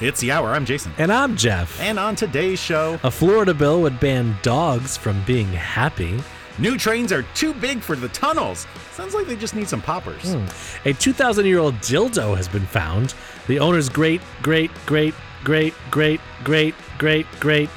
It's the hour. I'm Jason. And I'm Jeff. And on today's show, A Florida bill would ban dogs from being happy. new trains are too big for the tunnels. Sounds like they just need some poppers. Hmm. A 2,000 year old dildo has been found. The owner's great, great, great, great, great, great, great, great,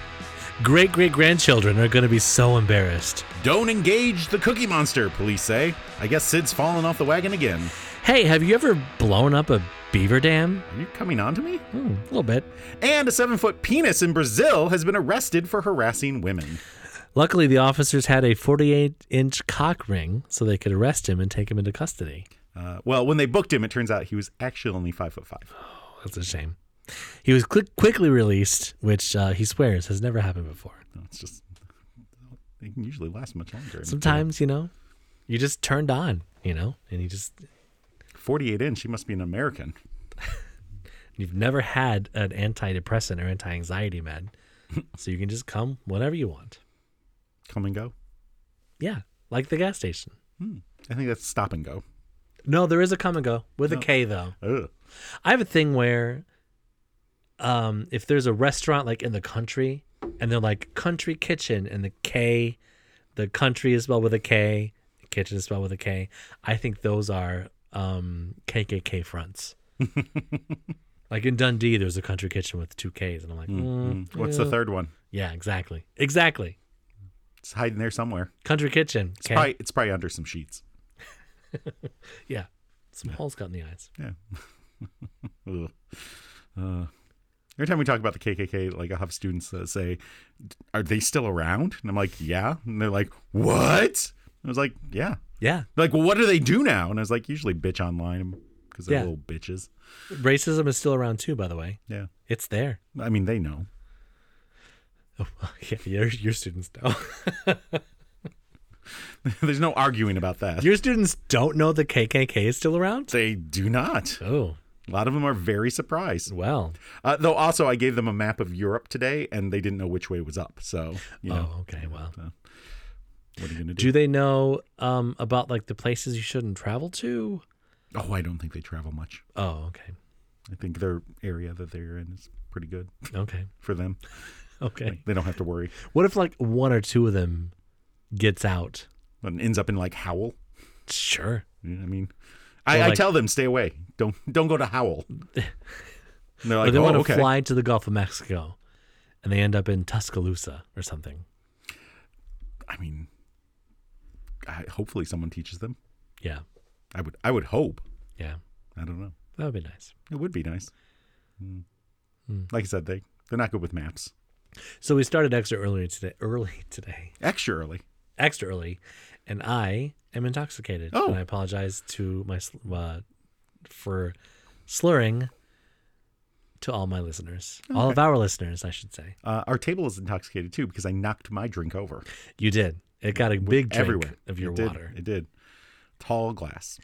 great great grandchildren are going to be so embarrassed. Don't engage the Cookie Monster, police say. I guess Sid's fallen off the wagon again. Hey, have you ever blown up a beaver dam? Are you coming on to me? Hmm, a little bit. And a seven foot penis in Brazil has been arrested for harassing women. Luckily, the officers had a 48 inch cock ring so they could arrest him and take him into custody. Uh, well, when they booked him, it turns out he was actually only five foot five. That's a shame. He was quick, quickly released, which uh, he swears has never happened before. It's just, they can usually last much longer. Sometimes, you know, you just turned on, you know, and you just 48 inch, he must be an American. you've never had an antidepressant or anti-anxiety med, so you can just come whenever you want. Come and go. Hmm. Yeah, like the gas station. I think that's stop and go. No, there is a come and go with a K though. Ugh. I have a thing where, um, if there's a restaurant like in the country and they're like country kitchen and the K, the country is spelled with a K, the kitchen is spelled with a K. I think those are um KKK fronts. like in Dundee, there's a country kitchen with two Ks, and I'm like, mm, Hmm. What's yeah. the third one? Yeah, exactly, exactly. It's hiding there somewhere. Country kitchen. It's, K. probably, it's probably under some sheets. Yeah, some holes cut in the eyes. Yeah. Ugh. Uh, every time we talk about the KKK, like I have students that say, "Are they still around?" And I'm like, "Yeah." And they're like, "What?" I was like, "Yeah." Yeah, They're like, well, what do they do now? And I was like, "Usually bitch online because they're Yeah. little bitches." racism is still around too. By the way, Yeah. it's there. I mean, they know. Oh, yeah, your your students know. There's no arguing about that. Your students don't know the KKK is still around? they do not. Oh, A lot of them are very surprised. well. Uh, though, also, I gave them a map of Europe today, and they didn't know which way was up. So, you know, Oh, okay, well. what are you gonna do? Do they know um, about like the places you shouldn't travel to? Oh, I don't think they travel much. Oh, okay. I think their area that they're in is pretty good Okay. for them. Okay. They don't have to worry. What if like one or two of them gets out? And ends up in like Howl. Sure. I mean, I, Well, I like- tell them stay away. Don't don't go to Howl. And they're Or like, they oh, want to okay. fly to the Gulf of Mexico and they end up in Tuscaloosa or something. I mean, I, hopefully someone teaches them. Yeah. I would I would hope. Yeah. I don't know. That would be nice. It would be nice. Mm. Hmm. Like I said, they they're not good with maps. So we started extra earlier today. Early today. Extra early. extra early, and I am intoxicated. Oh. and I apologize to my sl- uh, for slurring to all my listeners, Oh, all of our listeners, I should say. Uh, our table is intoxicated too because I knocked my drink over You did. It got a big drink everywhere of your it did. water. It did. Tall glass.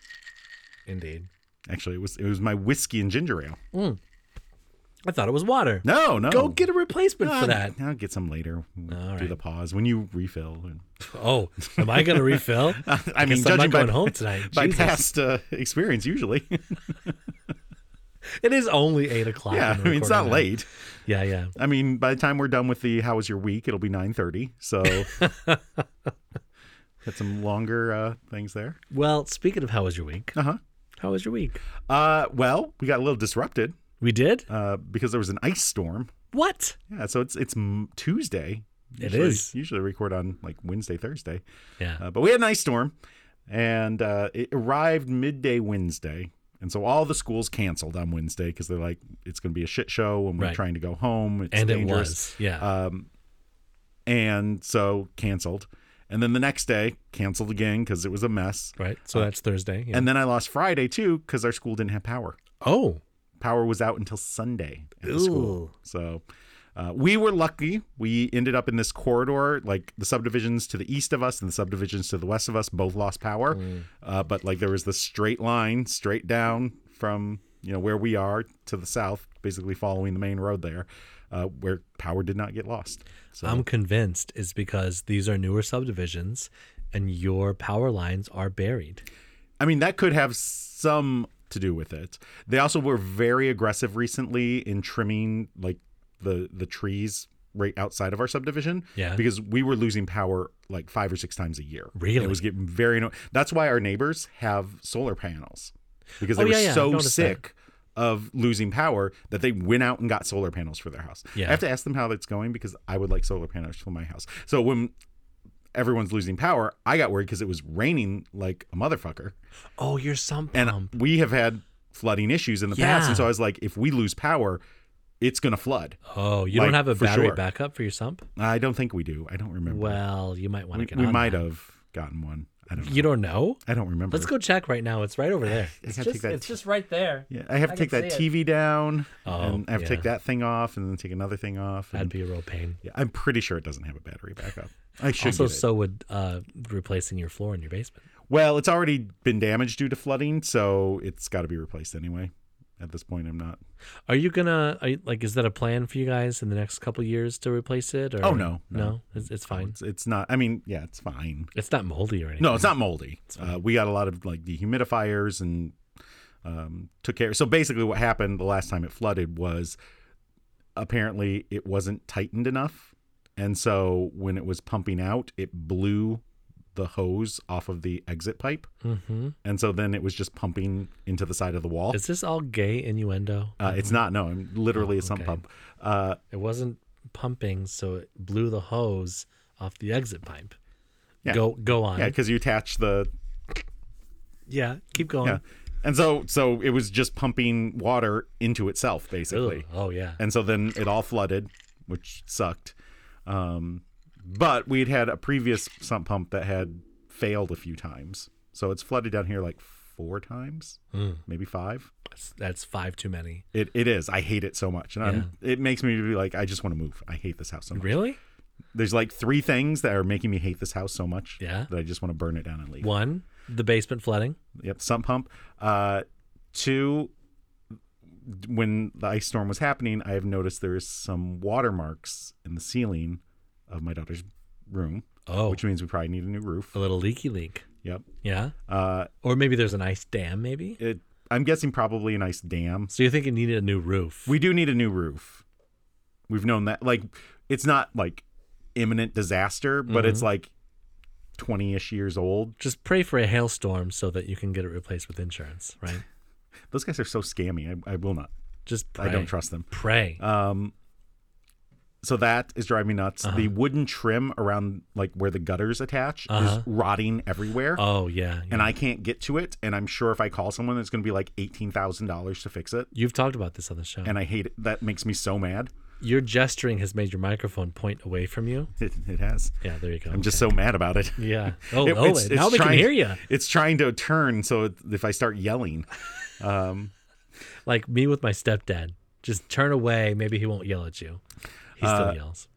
Indeed. Actually, it was it was my whiskey and ginger ale. I thought it was water. No, no. Go get a replacement I'll- for that. I'll get some later. We'll All do right. the pause when you refill. And, Oh, am I going to refill? I, guess mean, I'm judging not going by, home tonight. by Jesus. past uh, experience, usually. It is only eight o'clock. yeah, I when we're mean, it's not recording now. late. Yeah, yeah. I mean, by the time we're done with the "How was your week?" it'll be nine thirty. So, got some longer uh, things there. Well, speaking of how was your week? Uh-huh. How was your week? Uh, well, we got a little disrupted We did uh, because there was an ice storm. what? Yeah, so it's it's m- Tuesday. It Usually- is. usually record on like Wednesday, Thursday. Yeah. Uh, but we had an ice storm, and uh, it arrived midday Wednesday, and so all the schools canceled on Wednesday because they're like, it's going to be a shit show, and we're Right. trying to go home. It's and it dangerous. was. Yeah. and so canceled. And then the next day, canceled again because it was a mess. right. So that's Thursday. Yeah. Uh, And then I lost Friday too because our school didn't have power. Oh, Power was out until Sunday at the school. Ooh. So uh, we were lucky. We ended up in this corridor, like the subdivisions to the east of us and the subdivisions to the west of us both lost power. Uh, but like there was this straight line straight down from you know where we are to the south, basically following the main road there, uh, where power did not get lost. So I'm convinced it's because these are newer subdivisions and your power lines are buried. I mean, that could have some to do with it. They also were very aggressive recently in trimming like the the trees right outside of our subdivision Yeah. because we were losing power like 5 or 6 times a year. Really? It was getting very anno- That's why our neighbors have solar panels because they Oh, were yeah, yeah, I've so noticed that. sick of losing power that they went out and got solar panels for their house. Yeah. I have to ask them how that's going because I would like solar panels for my house. So when everyone's losing power, I got worried because it was raining like a motherfucker Oh, your sump and pump. we have had flooding issues in the past and so i was like if we lose power it's going to flood Oh, you uh, like, don't have a for battery sure. backup for your sump? i don't think we do i don't remember Well, you might want we, to get we on might that. have gotten one i don't know You don't know? i don't remember Let's go check right now. It's right over there. It's gotta take just, that it's just right there. yeah i have to I take can that see tv down Oh, and i have to yeah. take that thing off and then take another thing off and That'd be a real pain. yeah, i'm pretty sure it doesn't have a battery backup i should Also, get it. so would uh, replacing your floor in your basement. well it's already been damaged due to flooding so it's got to be replaced anyway at this point i'm not Are you gonna are you, like? Is that a plan for you guys in the next couple years to replace it? Or Oh, no, no, it's, it's fine. it's, it's not i mean yeah it's fine It's not moldy or anything. No, it's not moldy. Uh, we got a lot of like dehumidifiers and um, took care. So basically, what happened the last time it flooded was apparently it wasn't tightened enough, and so when it was pumping out, it blew the hose off of the exit pipe, Mm-hmm. and so then it was just pumping into the side of the wall. Is this all gay innuendo? uh, it's not. No, I'm literally a sump okay. pump. Uh, It wasn't pumping, so it blew the hose off the exit pipe. Yeah. Go go on. yeah, Yeah, because you attach the keep going. yeah, and so so it was just pumping water into itself basically. Ugh. Oh yeah. and so then it all flooded, which sucked. Um, but we'd had a previous sump pump that had failed a few times, so it's flooded down here like four times, maybe five. That's, that's five too many. It it is. I hate it so much, and I'm, it makes me be like, I just want to move. I hate this house so much. Really? There's like three things that are making me hate this house so much Yeah. that I just want to burn it down and leave. One, the basement flooding. Yep, sump pump. Uh, two, when the ice storm was happening, I have noticed there is some watermarks in the ceiling of my daughter's room, Oh, which means we probably need a new roof. a little leaky leak. Yep. Yeah. Uh, Or maybe there's an ice dam. Maybe. it, I'm guessing probably a nice dam. So you think it needed a new roof? We do need a new roof. We've known that. Like, it's not like imminent disaster, but it's like 20 ish years old. just pray for a hailstorm so that you can get it replaced with insurance, right? Those guys are so scammy. I, I will not. Just pray. I don't trust them. Pray. Um, so that is driving me nuts. The wooden trim around like where the gutters attach Uh-huh. is rotting everywhere, oh yeah, yeah. and I can't get to it. And I'm sure if I call someone, it's going to be like eighteen thousand dollars to fix it. You've talked about this on the show. And I hate it. That makes me so mad. Your gesturing has made your microphone point away from you. It, it has. Yeah, there you go. I'm just so mad about it. yeah. Oh, It- oh, it's- now it's they can trying- hear you. It's trying to turn, so it, if I start yelling, um, Like me with my stepdad. Just turn away. Maybe he won't yell at you. He still Uh, yells.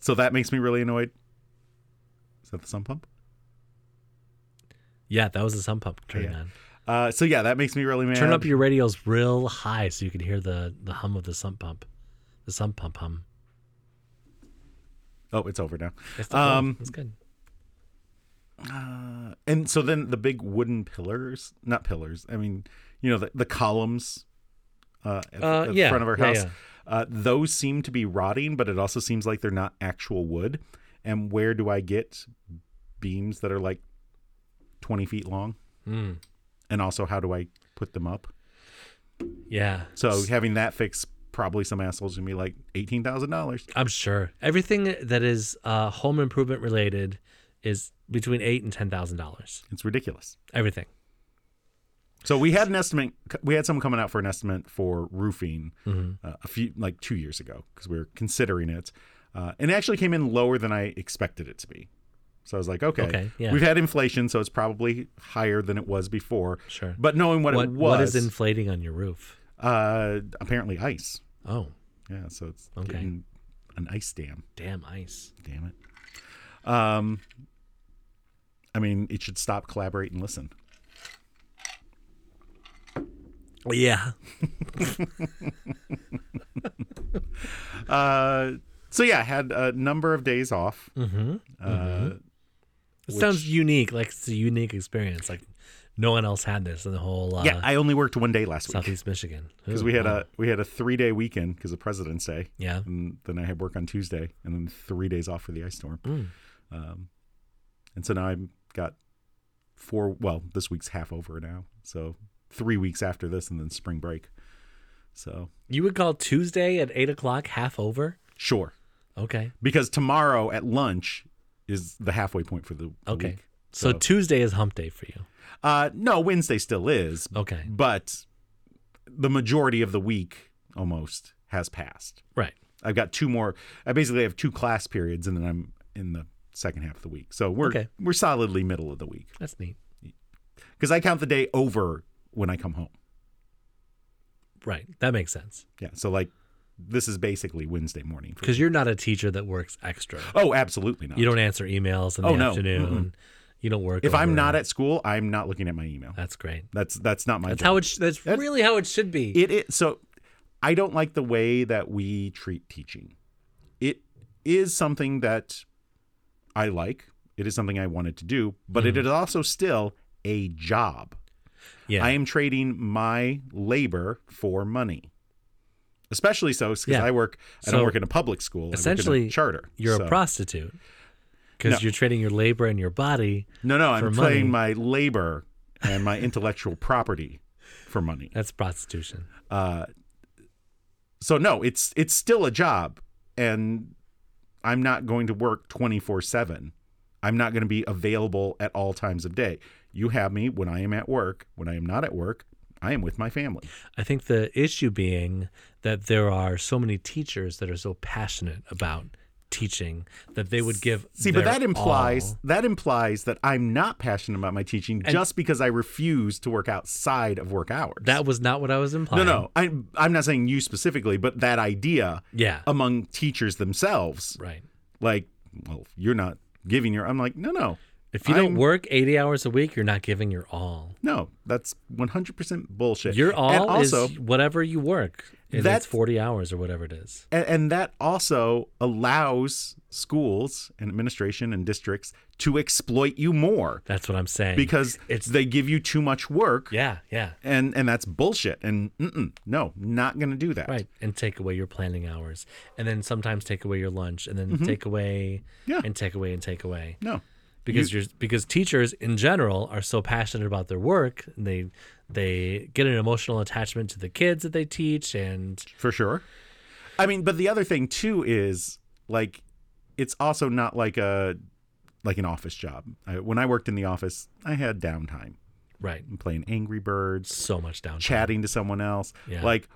so that makes me really annoyed. Is that the sump pump? Yeah, that was the sump pump turning yeah. on. Uh, so yeah, that makes me really mad. Turn up your radios real high so you can hear the the hum of the sump pump. The sump pump hum. Oh, it's over now. It's still going. Um, it's good. Uh, and so then the big wooden pillars, not pillars, I mean, you know, the, the columns uh, at, Uh, at yeah, the front of our yeah, house, yeah. Uh, those seem to be rotting, but it also seems like they're not actual wood. And where do I get beams that are like 20 feet long? Mm, And also, how do I put them up? yeah. So having that fixed, probably some assholes gonna be like $18,000. I'm sure everything that is uh, home improvement related is between eight and ten thousand dollars. It's ridiculous. Everything. So we had an estimate. We had someone coming out for an estimate for roofing Mm-hmm. uh, a few, like two years ago, because we were considering it, uh, and it actually came in lower than I expected it to be. So I was like, okay, Okay, yeah. we've had inflation, so it's probably higher than it was before. Sure. But knowing what, What it was, what is inflating on your roof? uh, apparently ice. Oh, Yeah, so it's Okay. getting an ice dam. damn ice. Damn it. Um, I mean, it should stop, collaborate, and listen. Yeah. Uh, so yeah, I had a number of days off. Mm-hmm. Uh, It sounds unique. Like it's a unique experience. Like No one else had this in the whole uh, yeah, I only worked one day last week Southeast Michigan because Ooh, we had wow. a we had a three day weekend because of President's Day, yeah. and then I had work on Tuesday, and then three days off for the ice storm. Mm. Um, and so now I've got four. Well, this week's half over now, so three weeks after this, and then spring break. So You would call Tuesday at eight o'clock half over. sure, Okay, because tomorrow at lunch is the halfway point for the, the Okay. week. so, So- Tuesday is hump day for you. Uh, no, Wednesday still is, Okay, but the majority of the week almost has passed. right. I've got two more. I basically have two class periods, and then I'm in the second half of the week. So we're Okay. we're solidly middle of the week That's neat. because I count the day over when I come home. Right, that makes sense Yeah. So like, this is basically Wednesday morning. For, because you're not a teacher that works extra. oh, absolutely not. You don't answer emails in the Oh, no. afternoon. You don't work. if I'm over. not at school, I'm not looking at my email. that's great. That's that's not my That's job. how it. Sh- that's, That's- really how it should be. it is so i don't like the way that we treat teaching it is something that i like it is something i wanted to do but Mm-hmm. it is also still a job yeah, i am trading my labor for money especially so because Yeah. i work i don't So, work in a public school I work in a essentially, charter you're So- a prostitute No. because you're trading your labor and your body. no no for i'm money. trading my labor and my intellectual property for money That's prostitution. Uh, so no, it's it's still a job, and I'm not going to work 24 seven. I'm not going to be available at all times of day. You have me when I am at work. When I am not at work, I am with my family. I think the issue being that there are so many teachers that are so passionate about teaching that they would give. See, but their that implies all. that implies that I'm not passionate about my teaching just because I refuse to work outside of work hours. that was not what I was no, implying. no, I, I'm not saying you specifically, but that idea Yeah. among teachers themselves, right. like, well, you're not giving your. I'm like, no, no, If you don't I'm- work 80 hours a week, you're not giving your all. No, that's 100% bullshit. Your all and also, is whatever you work. And That's- That's 40 hours or whatever it is. and, and that also allows schools and administration and districts to exploit you more That's what I'm saying. because It's- they give you too much work yeah, yeah. and and that's bullshit and mm-mm, no, not going to do that. Right. And take away your planning hours. And then sometimes take away your lunch and then take away Mm-hmm. Yeah. and take away and take away. No. because you, are because teachers in general are so passionate about their work and they they get an emotional attachment to the kids that they teach and For sure. I mean, but the other thing too is like it's also not like a like an office job. I, when I worked in the office, I had downtime. right I'm playing Angry Birds, so much down chatting to someone else. Yeah. Like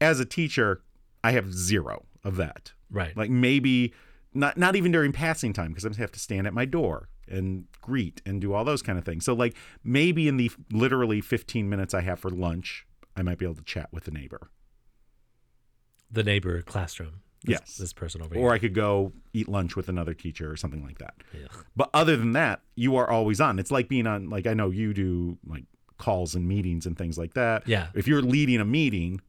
as a teacher, I have zero of that. right Like maybe not not even during passing time because I have to stand at my door and greet and do all those kind of things. So like maybe in the f- literally 15 minutes I have for lunch, I might be able to chat with the neighbor. the neighbor classroom this, Yes. this person over Or I could go eat lunch with another teacher or something like that. here Ugh. But other than that, you are always on. It's like being on like I know you do like calls and meetings and things like that. Yeah. If you're leading a meeting,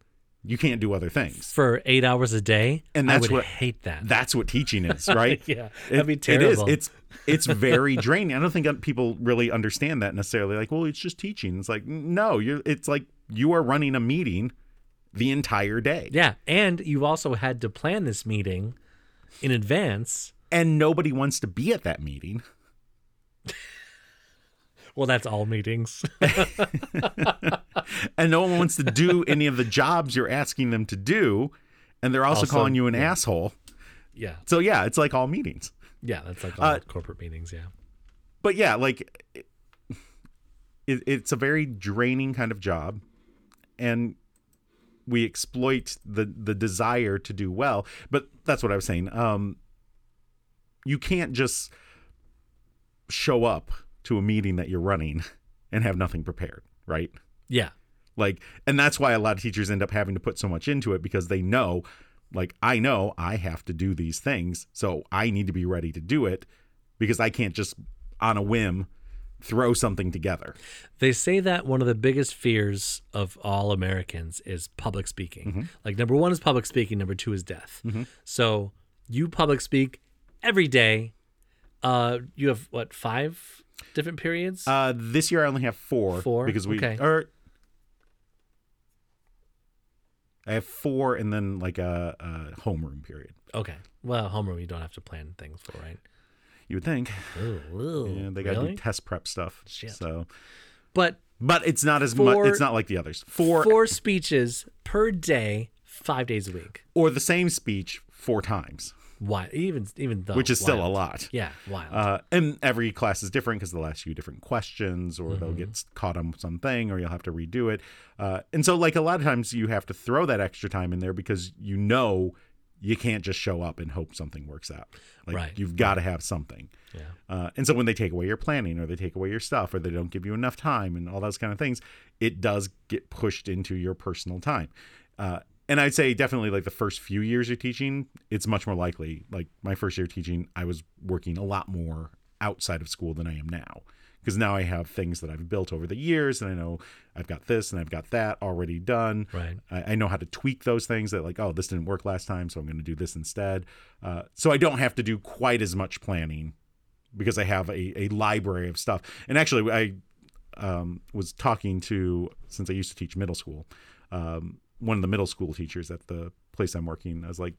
you can't do other things. for eight hours a day And I that's would what- hate that That's what teaching is, right? yeah that'd be It- terrible It is. It's it's very draining. I don't think people really understand that necessarily. Like, well, it's just teaching. It's like no, you're. It's like you are running a meeting the entire day, yeah and you've also had to plan this meeting in advance and nobody wants to be at that meeting. well that's all meetings and no one wants to do any of the jobs you're asking them to do, and they're also, Also, calling you an asshole. yeah So yeah, it's like all meetings. yeah that's like all Uh, corporate meetings yeah But yeah, like it, it's a very draining kind of job, and we exploit the the desire to do well. But that's what I was saying. Um, you can't just show up to a meeting that you're running and have nothing prepared, right? yeah Like, and that's why a lot of teachers end up having to put so much into it because they know, like, I know I have to do these things. So I need to be ready to do it because I can't just on a whim throw something together. They say that one of the biggest fears of all Americans is public speaking. Mm-hmm. Like number one is public speaking, number two is death. So you public speak every day. Uh, you have what five different periods? Uh, this year I only have four. Four? because we er, Okay. or I have four and then like a, a homeroom period. okay. Well, homeroom you don't have to plan things for, right? You would think. Ooh, ooh, yeah, they got to really? do test prep stuff. Shit. So, but but it's not as Four- much. It's not like the others. Four, four speeches per day, five days a week. or the same speech four times, Wild. Even even though which is still a Oh, wild. lot. Yeah, wild. Uh, and every class is different because they'll ask you different questions, or Mm-hmm. they'll get s- caught on something, or you'll have to redo it. Uh, and so, like a lot of times, you have to throw that extra time in there because you know you can't just show up and hope something works out. Like Right. you've got to have something. yeah. Uh, and so when they take away your planning or they take away your stuff or they don't give you enough time and all those kind of things, it does get pushed into your personal time. Uh, and I'd say definitely like the first few years you're teaching, it's much more likely. Like my first year teaching, I was working a lot more outside of school than I am now because now I have things that I've built over the years and I know I've got this and I've got that already done. Right. I, I know how to tweak those things that like, oh, this didn't work last time, so I'm going to do this instead. Uh, so I don't have to do quite as much planning because I have a, a library of stuff. And actually, I um, was talking to since I used to teach middle school, um, one of the middle school teachers at the place I'm working. I was like,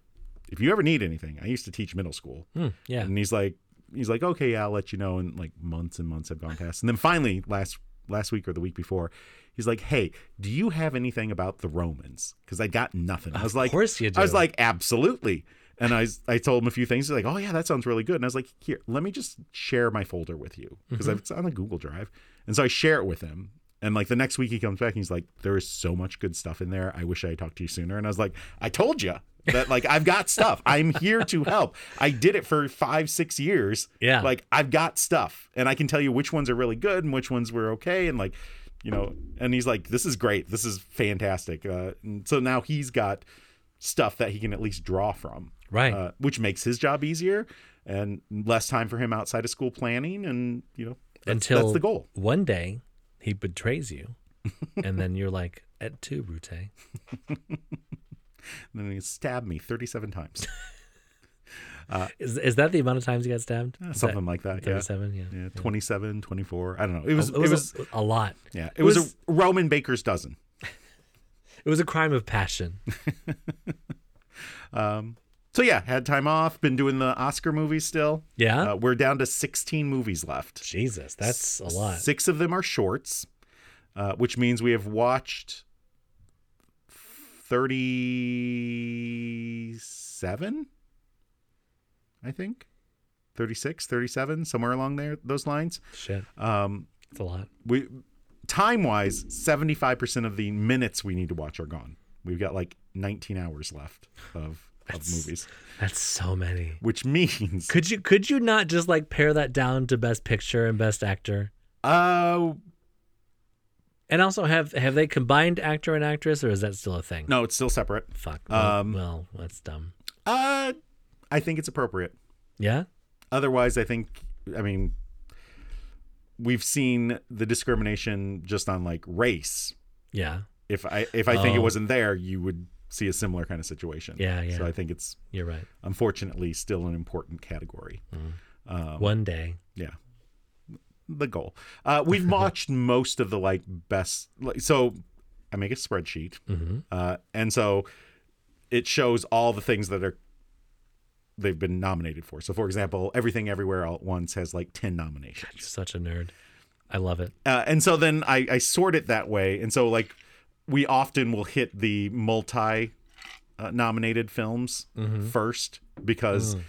if you ever need anything, I used to teach middle school, Hmm, yeah. and he's like, he's like, okay, yeah, I'll let you know. And like months and months have gone past, and then finally last last week or the week before. He's like, "Hey, do you have anything about the Romans?" Because I got nothing. I was like, of course you do. I was like, absolutely. And I, I told him a few things. He's like, oh, yeah, that sounds really good. And I was like, here, let me just share my folder with you because it's on a Google Drive. And so I share it with him. And like the next week he comes back and he's like, there is so much good stuff in there. I wish I had talked to you sooner. And I was like, I told you that like I've got stuff. I'm here to help. I did it for five, six years. Yeah. Like I've got stuff and I can tell you which ones are really good and which ones were okay. And like, you know, and he's like, this is great. This is fantastic. Uh, and so now he's got stuff that he can at least draw from, Right. Uh, which makes his job easier and less time for him outside of school planning. And you know, that's, until that's the goal. One day he betrays you, and then you're like, "Et tu, Brute?" And then he stabbed me 37 times, Is is that the amount of times you got stabbed? Is that Eh, something like that. Yeah. Thirty-seven. Yeah. Oh, yeah, 27, 24. I don't know. It was, It was, a, a lot. yeah, it, was, was- a Roman baker's dozen. It was a crime of passion. So yeah, had time off, been doing the Oscar movies still. Yeah. Uh, we're down to 16 movies left. Jesus, that's a lot. Six of them are shorts, uh, which means we have watched 37, I think. 36, 37, somewhere along there, those lines. Shit, Um, that's a lot. we time wise, 75% of the minutes we need to watch are gone. We've got like 19 hours left of, of That's- movies, That's so many. which means Could you could you not just like pare that down to best picture and best actor? uh And also have have they combined actor and actress or is that still a thing? no, it's still separate. Fuck. Well, Um, well, that's dumb. Uh I think it's appropriate. Yeah? otherwise i think i mean we've seen the discrimination just on like race Yeah. if i if i think it Oh. wasn't there you would see a similar kind of situation Yeah, yeah. so i think it's You're right. unfortunately still an important category um, One day. yeah the goal uh we've watched most of the like best like so i make a spreadsheet uh and so it shows all the things that are they've been nominated for so for example everything everywhere all at once has like 10 nominations You're such a nerd. I love it. uh, and so then I, I sort it that way and so like we often will hit the multi uh, nominated films Mm-hmm. first because Mm.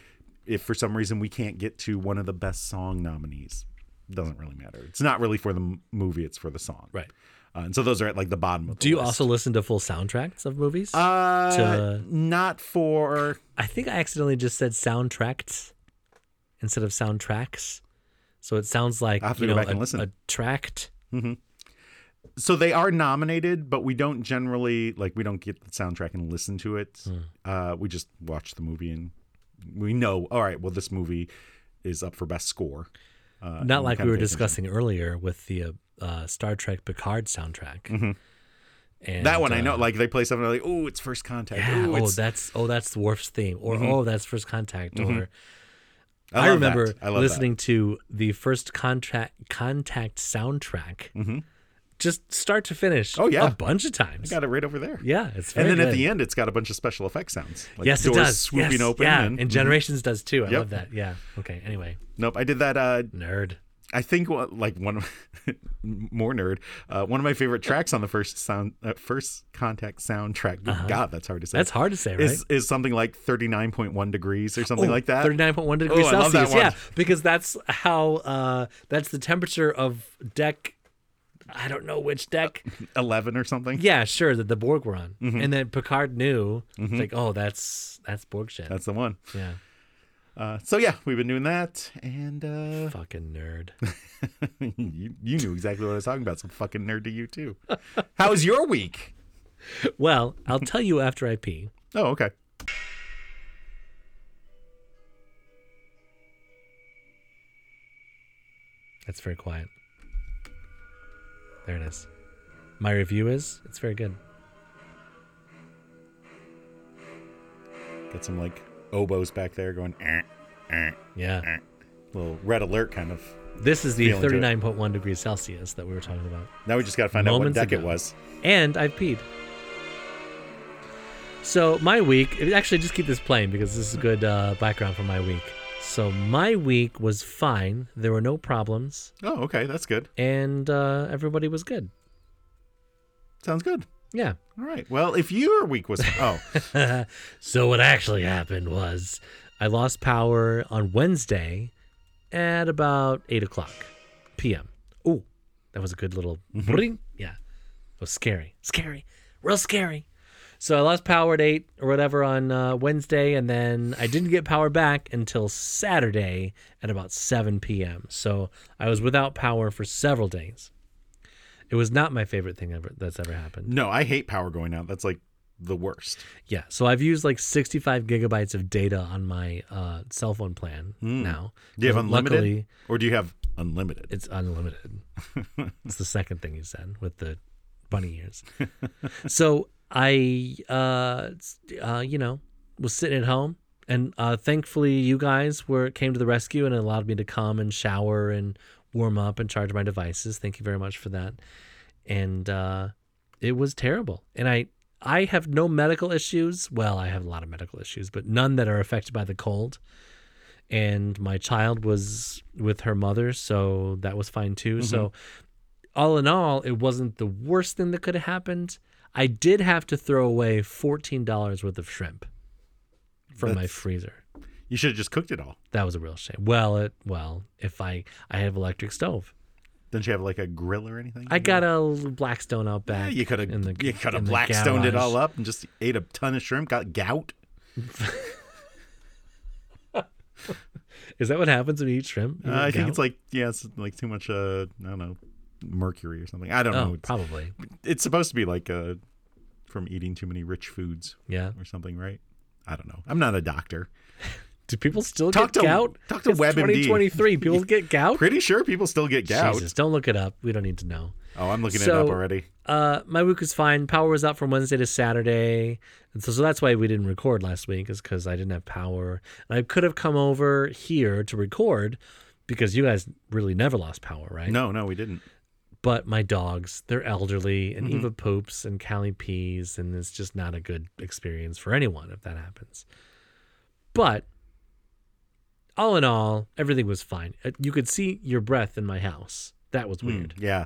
if for some reason we can't get to one of the best song nominees doesn't really matter it's not really for the m- movie it's for the song Right. uh, and so those are at like the bottom of the Do you list. also listen to full soundtracks of movies? uh to- not for I think I accidentally just said soundtracks instead of soundtracks. So it sounds like I'll have to you go know, back and a, listen. a tract. so they are nominated but we don't generally like we don't get the soundtrack and listen to it Hmm. uh we just watch the movie and we know all right well this movie is up for best score uh, Not like kind we of were pay attention. discussing earlier with the uh, uh, Star Trek Picard soundtrack. And, Mm-hmm. that one i uh, know like they play something like oh it's first contact Yeah, Ooh, oh, it's- Mm-hmm. that's oh that's Worf's theme, or oh that's First Contact, or I, love remember that. I love listening to the first contract contact soundtrack, Mhm. just start to finish. Oh, yeah. a bunch of times. That. I got it right over there. yeah, it's and very then at good. the end, it's got a bunch of special effects sounds. Like yes, doors it does. swooping Yes, open. yeah, and, mm-hmm. and Generations does too. I Yep. love that. Yeah. Okay. Anyway, nope, I did that. Uh, nerd. I think one- like one of more nerd. Uh, one of my favorite tracks on the first sound, uh, first contact soundtrack. Good God, that's hard to say. Uh-huh. That's hard to say, right? Oh, Is is something like thirty nine point one degrees or something like that? 39.1 degrees Oh, I love Celsius. that one. Yeah, because that's how uh that's the temperature of deck I don't know which deck. Uh, Eleven or something. Yeah, sure, that the Borg were on. Mm-hmm. And then Picard knew it's like, "Oh, that's that's Borg shit." That's the one. yeah. Uh, so yeah, we've been doing that, and uh, Fucking nerd. you, you knew exactly what I was talking about. So fucking nerd to you too. How was your week? well, I'll tell you after I pee. Oh, okay. That's very quiet. There it is. My review is it's very good. Got some like oboes back there going eh, eh, Yeah. eh. little red alert kind of. This is the Feeling to it. 39.1 degrees Celsius that we were talking about. Now we just got to find Moments out what deck it ago. was. and I've peed. So my week, actually, just keep this playing because this is good uh, background for my week. So my week was fine. There were no problems, Oh, okay, that's good. and uh, everybody was good. Sounds good. Yeah. All right. Well, if your week was oh, so what actually happened was I lost power on Wednesday at about eight o'clock p.m. Ooh, that was a good little ring. Yeah, it was scary, scary, real scary. So I lost power at eight or whatever on uh, Wednesday, and then I didn't get power back until Saturday at about seven p.m. So I was without power for several days. It was not my favorite thing ever that's ever happened. no, I hate power going out. That's like the worst. Yeah, so I've used like 65 gigabytes of data on my uh, cell phone plan now. Hmm. Do you have So unlimited, Luckily, or do you have unlimited? it's unlimited. it's the second thing you said with the bunny ears. so I, uh, s- uh, you know, was sitting at home, and uh, thankfully you guys were came to the rescue and allowed me to come and shower and warm up and charge my devices. Thank you very much for that. And uh, it was terrible. And I. I have no medical issues. Well, I have a lot of medical issues, but none that are affected by the cold and my child was with her mother, so that was fine too. So, Mm-hmm. all in all, it wasn't the worst thing that could have happened. I did have to throw away fourteen dollars worth of shrimp from my That's- freezer. You should have just cooked it all. That was a real shame. Well, it well, if I I have electric stove, Didn't you have like a grill or anything? I got a little Blackstone out Yeah, back. you could have in the- you could in have the blackstoned it garage. all up and just ate a ton of shrimp. Got gout. Is that what happens when you eat shrimp? You Uh, I get think gout? it's like yeah, it's like too much. Uh, I don't know, mercury or something. I don't know. oh, It's, probably it's supposed to be like uh, from eating too many rich foods yeah. or something, right? I don't know. I'm not a doctor. Do people still Talk get to- gout? talk to It's WebMD. 2023. People get gout. Pretty sure people still get gout. Jesus, don't look it up. We don't need to know. Oh, I'm looking it So- up already. Uh, my week was fine. Power was out from Wednesday to Saturday, and so so that's why we didn't record last week is because I didn't have power. And I could have come over here to record because you guys really never lost power, right? No, no, we didn't. But my dogs, they're elderly, and Eva poops and Callie pees, and it's just not a good experience for anyone if that happens. But all in all, everything was fine. Uh, You could see your breath in my house. That Hmm. was weird. Mm, Yeah,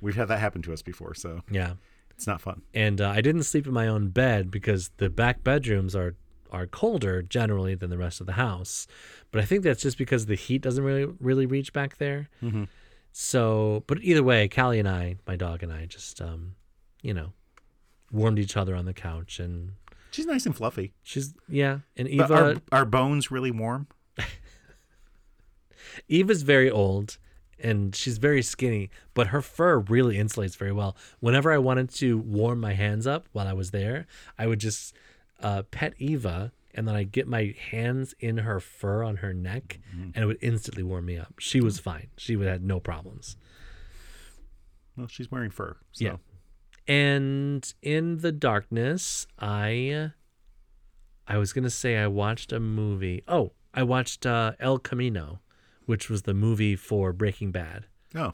we've had that happen to us before, so Yeah. it's not fun. and uh, I didn't sleep in my own bed because the back bedrooms are are colder generally than the rest of the house. But I think that's just because the heat doesn't really really reach back there. Mhm. So, but either way, Callie and I, my dog and I, just um, you know, warmed each other on the couch, and She's nice and fluffy. she's yeah, and Eva But are, are bones really warm? Eva's very old and she's very skinny, but her fur really insulates very well. Whenever I wanted to warm my hands up while I was there, I would just uh, pet Eva and then I'd get my hands in her fur on her neck and it would instantly warm me up. She was fine. She would had no problems. Well, she's wearing fur. So. Yeah. And in the darkness, I I was going to say I watched a movie. Oh, I watched uh, El Camino, which was the movie for Breaking Bad Oh,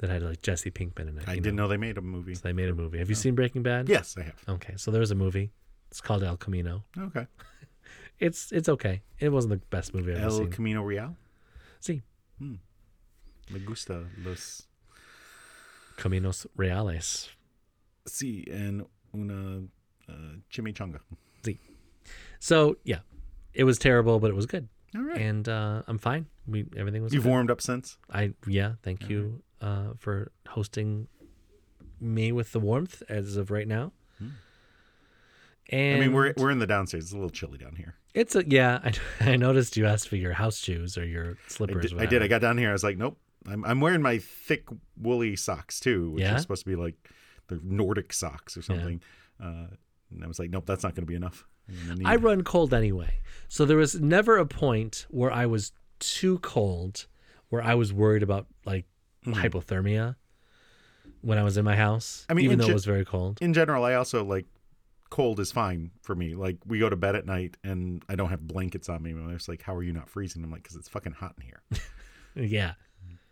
that had like Jesse Pinkman in it. I you didn't Oh. know? know they made a movie. So they made a movie. Have you seen Breaking Bad? Yes, I have. Okay, so there was a movie. It's called El Camino. Okay. It's it's okay. It wasn't the best movie I've ever El seen. Camino Real. See, Me gusta los Caminos Reales. sí en una uh, chimichanga. So yeah, it was terrible, but it was good, All right. and uh, I'm fine. We everything was. You've good. warmed up since. I yeah, thank you uh, for hosting me with the warmth as of right now. And Hmm. I mean, we're we're in the downstairs. It's a little chilly down here. it's a yeah. I, I noticed you asked for your house shoes or your I slippers. did, or I did. I whatever. got down here. I was like, nope. I'm I'm wearing my thick woolly socks too, which Yeah? are supposed to be like the Nordic socks or something. Uh, and I was like, nope, that's not going to be enough. I'm gonna need- I run cold anyway, so there was never a point where I was too cold, where I was worried about like hypothermia when I was in my house. Mm-hmm. I mean, even in though ge- it was very cold. in general, I also like cold is fine for me. Like we go to bed at night and I don't have blankets on me. My wife's like, how are you not freezing? I'm like, because it's fucking hot in here. Yeah.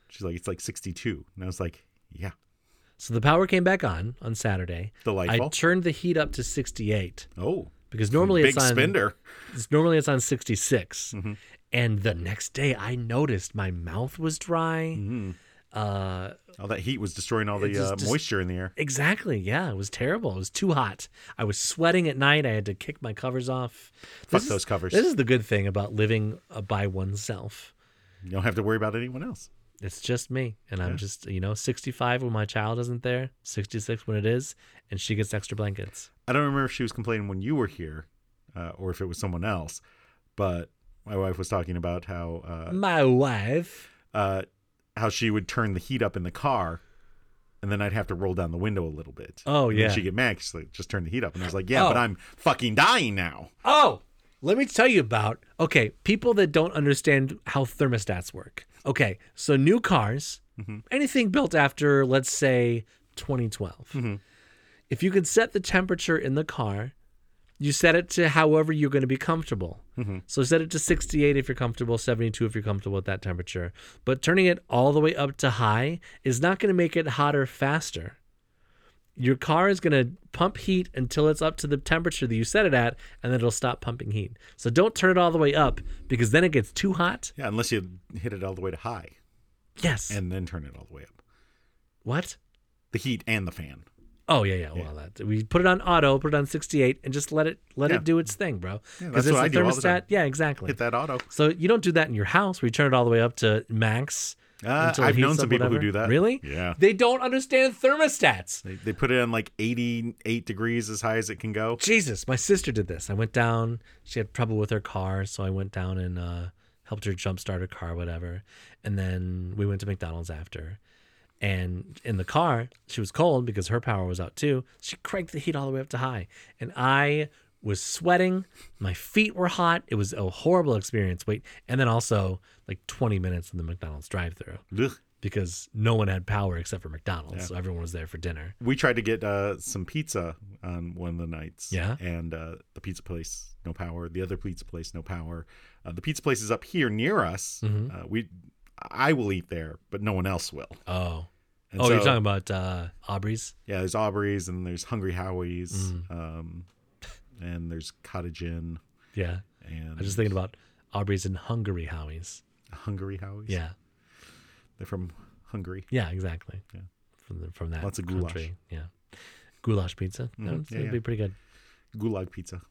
She's like, it's like 62. And I was like, yeah, So the power came back on on Saturday. I delightful. turned the heat up to 68 oh, because normally big it's on spender. Mm-hmm. it's- normally it's on 66. And the next day I noticed my mouth was dry. Mm. Uh Mm-hmm. All that heat was destroying all It the just uh, dis- moisture in the air. exactly. Yeah, it was terrible. It was too hot. I was sweating at night. I had to kick my covers off. Fuck This is- those covers. This is the good thing about living uh, by oneself. You don't have to worry about anyone else. It's just me and I'm just, you know, 65 when my child isn't there, 66 when it is, and she gets extra blankets. I don't remember if she was complaining when you were here, uh, or if it was someone else. But my wife was talking about how My wife uh, uh, how she would turn the heat up in the car, and then I'd have to roll down the window a little bit. Oh, And then yeah. she'd get mad. She's like, "Just turn the heat up," and I was like, "Yeah, Oh. but I'm fucking dying now." Oh, let me tell you about okay, people that don't understand how thermostats work. Okay, so new cars, anything built after let's say 2012. If you could set the temperature in the car, you set it to however you're going to be comfortable. So set it to 68 if you're comfortable, 72 if you're comfortable at that temperature. But turning it all the way up to high is not going to make it hotter faster your car is going to pump heat until it's up to the temperature that you set it at and then it'll stop pumping heat so don't turn it all the way up because then it gets too hot Yeah, unless you hit it all the way to high yes and then turn it all the way up. what The heat and the fan. oh yeah yeah well that we put it on auto put it on 68 and just let it let Yeah. it do its thing bro Yeah, because that's what I it's a do all the time. thermostat yeah exactly Hit that auto. so you don't do that in your house where you turn it all the way up to max Uh, until it I've heats known some up people whatever. who do that. really Yeah. they don't understand thermostats They, they put it on like 88 degrees as high as it can go. Jesus, my sister did this. I went down. She had trouble with her car, so I went down and uh, helped her jump start her car, whatever. And then we went to McDonald's after. And in the car, she was cold because her power was out too. She cranked the heat all the way up to high, and I was sweating. My feet were hot. It was a horrible experience. Wait, and then also like 20 minutes in the McDonald's drive-through Ugh. because no one had power except for McDonald's, so everyone was there for dinner. we tried to get uh, some pizza on one of the nights. Yeah. And uh, the pizza place, no power. The other pizza place, no power. Uh, the pizza place is up here near us. Mm-hmm. Uh, we, I will eat there, but no one else will. Oh, And oh, you're so- talking about uh, Aubrey's. Yeah, there's Aubrey's and there's Hungry Howie's, Mm. um, and there's Cottage Inn Yeah. and I was just thinking about Aubrey's in Hungary Howie's. Hungry Howie's. Yeah. They're from Hungary. Yeah, exactly. Yeah. From the, from that Lots of goulash. Mm-hmm. country. Yeah. Goulash pizza. That would Yeah, that'd yeah. be pretty good. Gulag pizza.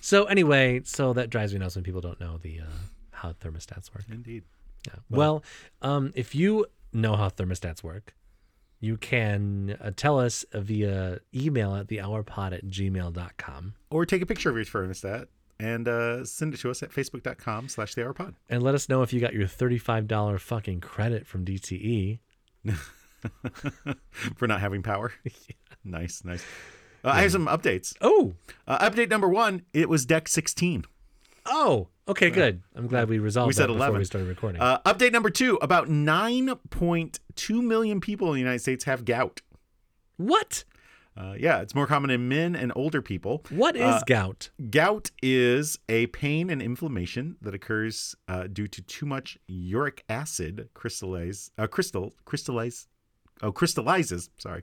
So anyway, so that drives me nuts when people don't know the uh, how thermostats work. Indeed. Yeah. Well, um, if you know how thermostats work, you can uh, tell us via email at thehourpod at gmail.com Or take a picture of your thermostat and uh, send it to us at facebook.com slash the hour pod. and let us know if you got your $35 fucking credit from E. DTE. for not having power. Nice, nice. Uh, I have some updates. Oh, Uh, update number one: It was deck sixteen. Oh, okay, good. I'm glad we resolved Uh, We that said before 11. we started recording. Uh, update number two: About nine point two million people in the United States have gout. what? Uh, yeah, it's more common in men and older people. What is Uh, gout? Gout is a pain and inflammation that occurs uh, due to too much uric acid crystallize, uh, crystal, crystallize, oh, crystallizes. Sorry,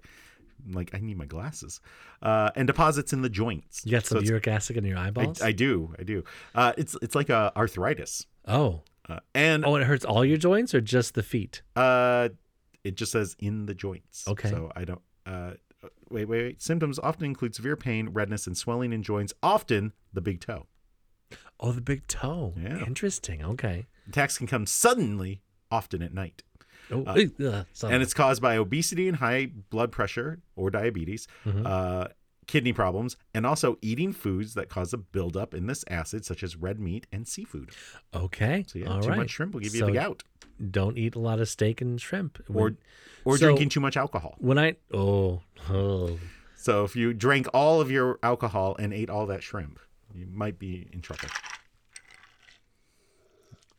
I'm like I need my glasses, uh, and deposits in the joints. You got So some it's- uric acid in your eyeballs? I, I do, I do. Uh, it's it's like a arthritis, oh. uh, and Oh, and it hurts all your joints or just the feet? Uh, it just says in the joints. Okay. So I don't. Uh, wait, wait, wait. Symptoms often include severe pain, redness, and swelling in joints. Often the big toe. Oh, the big toe. Yeah. Interesting. Okay. Attacks can come suddenly, often at night, Oh, Uh, ugh, ugh, sorry. and it's caused by obesity and high blood pressure or diabetes. Mhm. Uh, kidney problems and also eating foods that cause a buildup in this acid such as red meat and seafood okay. so yeah all too right. much shrimp will give you So the gout Don't eat a lot of steak and shrimp. or When- or So- drinking too much alcohol when I oh oh So if you drank all of your alcohol and ate all that shrimp, you might be in trouble.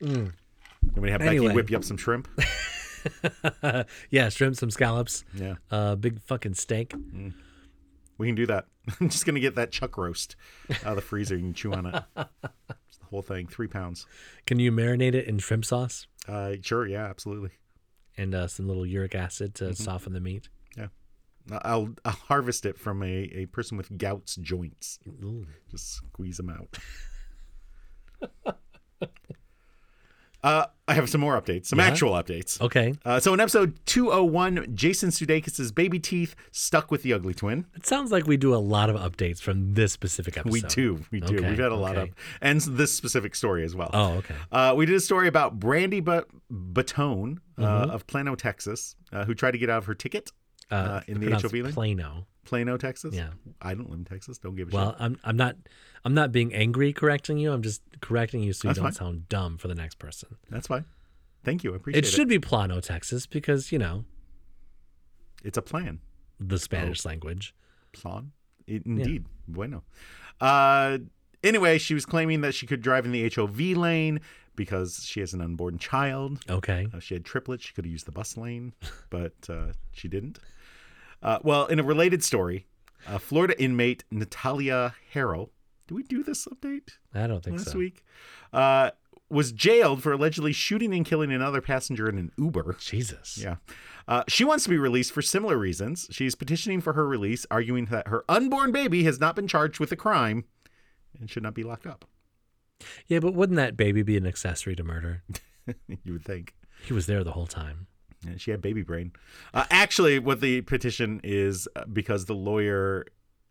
You want me to have Mm. Anyway. Becky whip you up some shrimp? yeah, shrimp, some scallops, Yeah, uh, big fucking steak. we can do that. I'm just gonna get that chuck roast out of the freezer. You can chew on it. It's the whole thing, three pounds. Can you marinate it in shrimp sauce Uh, sure, yeah, absolutely. and uh, some little uric acid to Mm-hmm. soften the meat? I'll, I'll harvest it from a, a person with gout's joints. Ooh. Just squeeze them out. uh, I have some more updates, some Yeah? actual updates. Okay, Uh, so in episode 201, Jason Sudeikis' baby teeth stuck with the ugly twin. it sounds like we do a lot of updates from this specific episode. We do, we do. Okay, We've had a lot okay. of, and this specific story as well. Oh, okay. Uh, we did a story about Brandy but- Batone uh, Mm-hmm. of Plano, Texas, uh, who tried to get out of her ticket Uh, Uh, in the pronounced HOV link? Plano. Plano, Texas. Yeah. I don't live in Texas. Don't give a shit. Well, I'm I'm not I'm not being angry correcting you. I'm just correcting you so you That's fine. don't sound dumb for the next person. That's fine. Thank you. I appreciate It it. should be Plano, Texas, because you know It's a plan. the Oh. Spanish language. Plan? I- Indeed. Bueno. Uh, anyway, she was claiming that she could drive in the HOV lane because she has an unborn child. Okay. Uh, she had triplets. She could have used the bus lane, but uh, she didn't. Uh, well, in a related story, uh, Florida inmate Natalia Harrell, did we do this update I don't think last so. week? Uh, was jailed for allegedly shooting and killing another passenger in an Uber. Jesus. Yeah. Uh, she wants to be released for similar reasons. She's petitioning for her release, arguing that her unborn baby has not been charged with a crime and should not be locked up. Yeah, but wouldn't that baby be an accessory to murder? you would think. He was there the whole time. Yeah, she had baby brain. Uh, actually, what the petition is uh, because the lawyer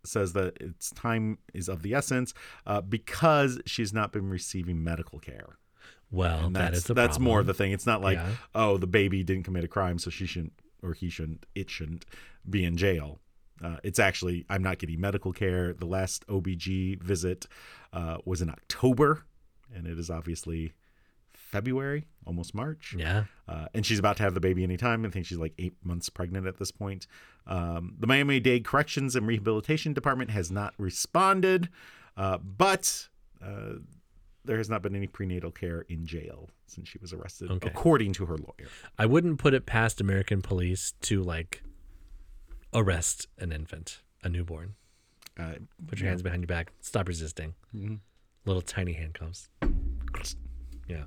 says that its time is of the essence uh, because she's not been receiving medical care. Well, And Oh, that that's is the that's more problem. of the thing. It's not like Yeah. oh the baby didn't commit a crime, so she shouldn't or he shouldn't it shouldn't be in jail. Uh, it's actually I'm not getting medical care. The last OBG visit uh, was in October, and it is obviously February, almost March. yeah. Uh, and she's about to have the baby anytime. I think she's like eight months pregnant at this point. Um, the Miami Dade Corrections and Rehabilitation Department has not responded, uh, but uh, there has not been any prenatal care in jail since she was arrested, Okay. according to her lawyer. I wouldn't put it past American police to like arrest an infant, a newborn. Uh, Put your hands behind your back. Stop resisting. Little tiny handcuffs. Yeah.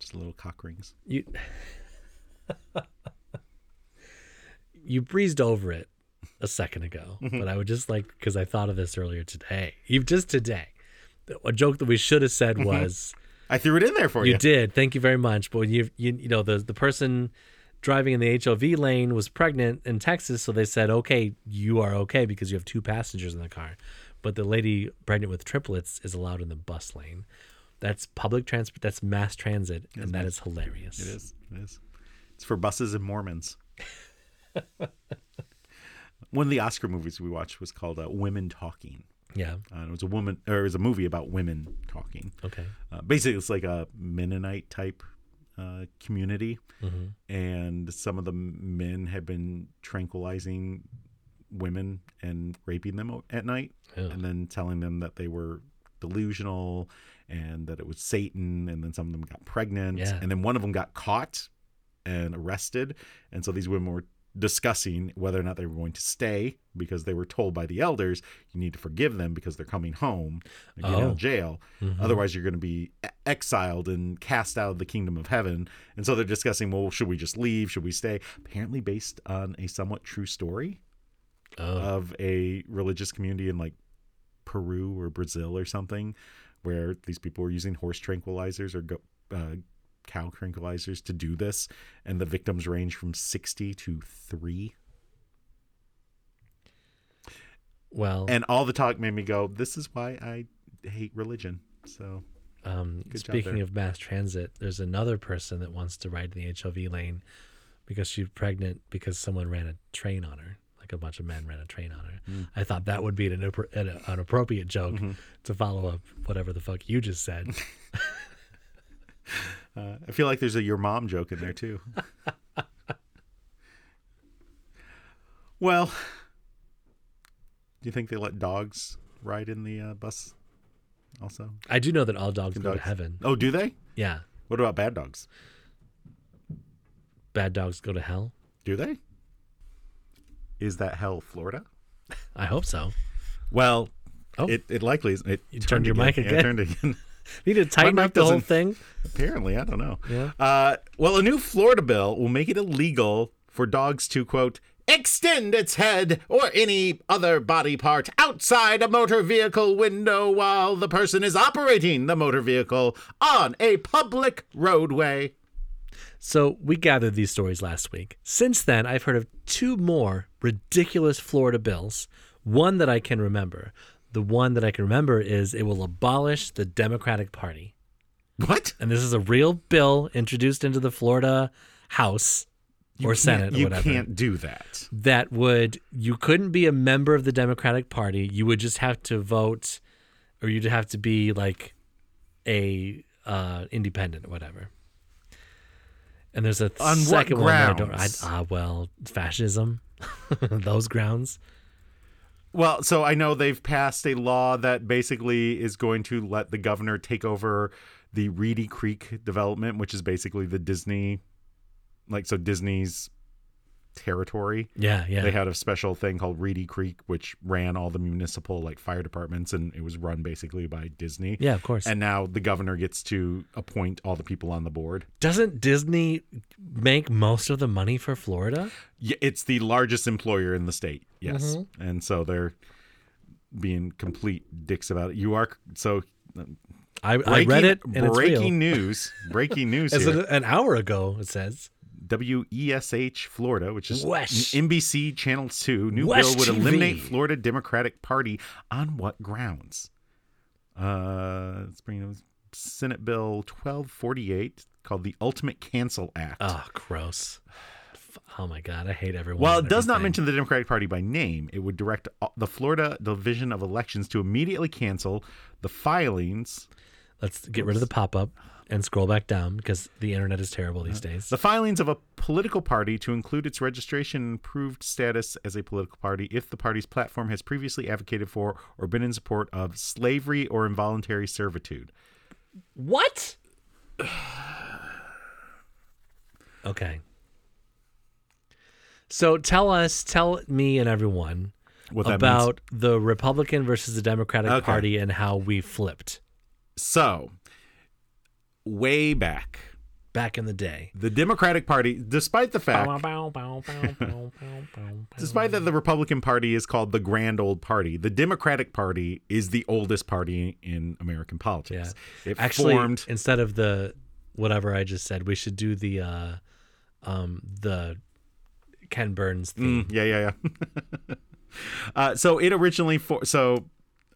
just little cock rings. You You breezed over it a second ago, but I would just like because I thought of this earlier today. You've just today. A joke that we should have said was I threw it in there for you. You did. Thank you very much. But when you you you know the the person driving in the HOV lane was pregnant in Texas, so they said, "Okay, you are okay because you have two passengers in the car." But the lady pregnant with triplets is allowed in the bus lane. That's public transport. That's mass transit, and that is hilarious. It is. It is. It's for buses and Mormons. One of the Oscar movies we watched was called uh, Women Talking. Yeah. Uh, it was a woman, or it was a movie about women talking. Okay. uh, basically it's like a mennonite type uh, community Mm-hmm. and some of the men had been tranquilizing women and raping them o- at night Ew. and then telling them that they were delusional and that it was satan and then some of them got pregnant Yeah. and then one of them got caught and arrested and so these women were discussing whether or not they were going to stay because they were told by the elders you need to forgive them because they're coming home and get out Oh. of jail otherwise you're going to be e- exiled and cast out of the kingdom of heaven and so they're discussing well should we just leave should we stay apparently based on a somewhat true story Oh. of a religious community in like Peru or Brazil or something, where these people were using horse tranquilizers or go, uh, cow tranquilizers to do this, and the victims range from sixty to three. Well, And all the talk made me go, "This is why I hate religion." So um, good job speaking there. of mass transit, there's another person that wants to ride in the HLV lane because she's pregnant because someone ran a train on her. Like a bunch of men ran a train on her. Mm. I thought that would be an, appro- an, an appropriate joke Mm-hmm. to follow up whatever the fuck you just said. uh, I feel like there's a your mom joke in there too. well, do you think they let dogs ride in the uh, bus? Also, I do know that all dogs go to dogs. heaven. oh, do they? Yeah. What about bad dogs? Bad dogs go to hell. Do they? Is that hell, Florida? I hope so. Well, Oh. it, it likely is. It You turned your mic Yeah, it again. turned again. Need to tighten mic up the whole doesn't- thing. Apparently, I don't know. Yeah. Uh, well, a new Florida bill will make it illegal for dogs to quote extend its head or any other body part outside a motor vehicle window while the person is operating the motor vehicle on a public roadway. So we gathered these stories last week. Since then, I've heard of two more ridiculous Florida bills. One that I can remember. The one that I can remember is it will abolish the Democratic Party. What? And this is a real bill introduced into the Florida House or Senate you or whatever. can't do that. That would, you couldn't be a member of the Democratic Party. You would just have to vote or you'd have to be like a uh, independent or whatever. And there's a On what second one that I don't. I, grounds? ah, well, fascism, those grounds. Well, so I know they've passed a law that basically is going to let the governor take over the Reedy Creek development, which is basically the Disney, like, so Disney's territory. Yeah, yeah. They had a special thing called Reedy Creek, which ran all the municipal, like, fire departments, and it was run basically by Disney. yeah, of course. And now the governor gets to appoint all the people on the board. Doesn't Disney make most of the money for Florida? Yeah, it's the largest employer in the state. Yes, Mm-hmm. and so they're being complete dicks about it. You are so I, I read it and it's breaking real. news. Breaking news As here. an, an hour ago, it says. WESH Florida, which is Wesh. NBC Channel 2, new Wesh bill would TV. eliminate Florida Democratic Party on what grounds? Uh, let's bring up Senate Bill 1248 called the Ultimate Cancel Act. Oh, gross. F- Oh my God, I hate everyone. While Ah, and it does not everything. mention the Democratic Party by name, it would direct all- the Florida Division of Elections to immediately cancel the filings Let's get rid of the pop up and scroll back down because the internet is terrible these days. Uh, The filings of a political party to include its registration and approved status as a political party if the party's platform has previously advocated for or been in support of slavery or involuntary servitude. What? okay. So tell us, tell me and everyone What that means. about the Republican versus the Democratic Okay. Party and how we flipped So, way back, back in the day. the Democratic Party, despite the fact Despite that the Republican Party is called the grand old party, the Democratic Party is the oldest party in American politics. It Actually, formed instead of the whatever I just said, we should do the uh, um, the Ken Burns theme. Mm, yeah, yeah, yeah. uh, so it originally for so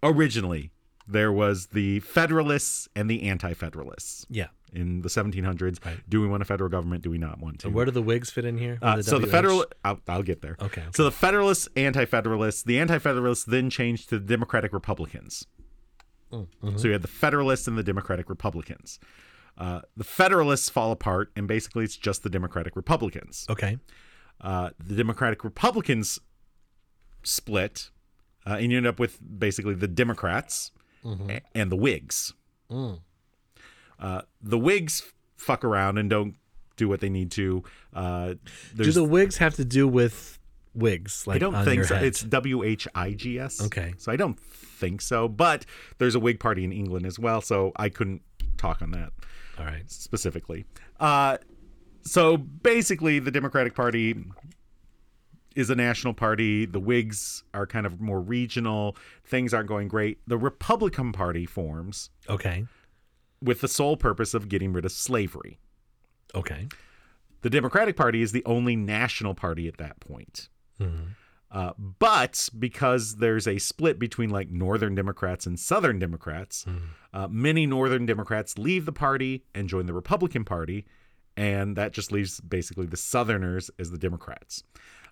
originally there was the Federalists and the Anti-Federalists Yeah. in the 1700s. Do we want a federal government? Do we not want to? Where do the Whigs fit in here? Uh, With so the WH? federal, I'll, I'll get there. Okay, okay. So the Federalists, Anti-Federalists, the Anti-Federalists then changed to the Democratic Republicans. Mm, mm-hmm. So you had the Federalists and the Democratic Republicans. Uh, the Federalists fall apart, and basically it's just the Democratic Republicans Okay. uh, the Democratic Republicans split, uh, and you end up with basically the Democrats Mm-hmm. a- Mm. and the Whigs. Uh, the Whigs fuck around and don't do what they need to. Uh, Do there's, the wigs have to do with wigs? Like I don't on think your so. head? It's W H I G S. Okay. So I don't think so. But there's a Whig party in England as well, so I couldn't talk on that all right. specifically. Uh, so basically, the Democratic Party is a national party. The Whigs are kind of more regional. Things aren't going great. The Republican Party forms Okay. with the sole purpose of getting rid of slavery. Okay. The Democratic Party is the only national party at that point. Uh, but because there's a split between like Northern Democrats and Southern Democrats, uh, many Northern Democrats leave the party and join the Republican Party. And that just leaves basically the Southerners as the Democrats.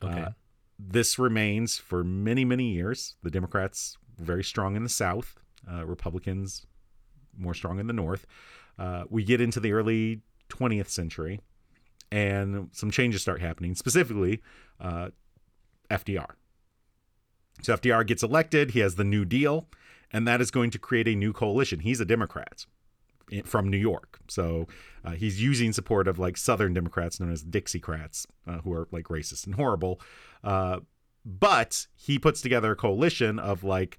Okay. Uh, this remains for many, many years. The Democrats very strong in the South, uh, Republicans more strong in the North. Uh, we get into the early 20th century, and some changes start happening. Specifically, uh, FDR. So FDR gets elected. He has the New Deal, and that is going to create a new coalition. He's a Democrat in- from New York, so uh, he's using support of like Southern Democrats known as Dixiecrats, uh, who are like racist and horrible. Uh, but he puts together a coalition of like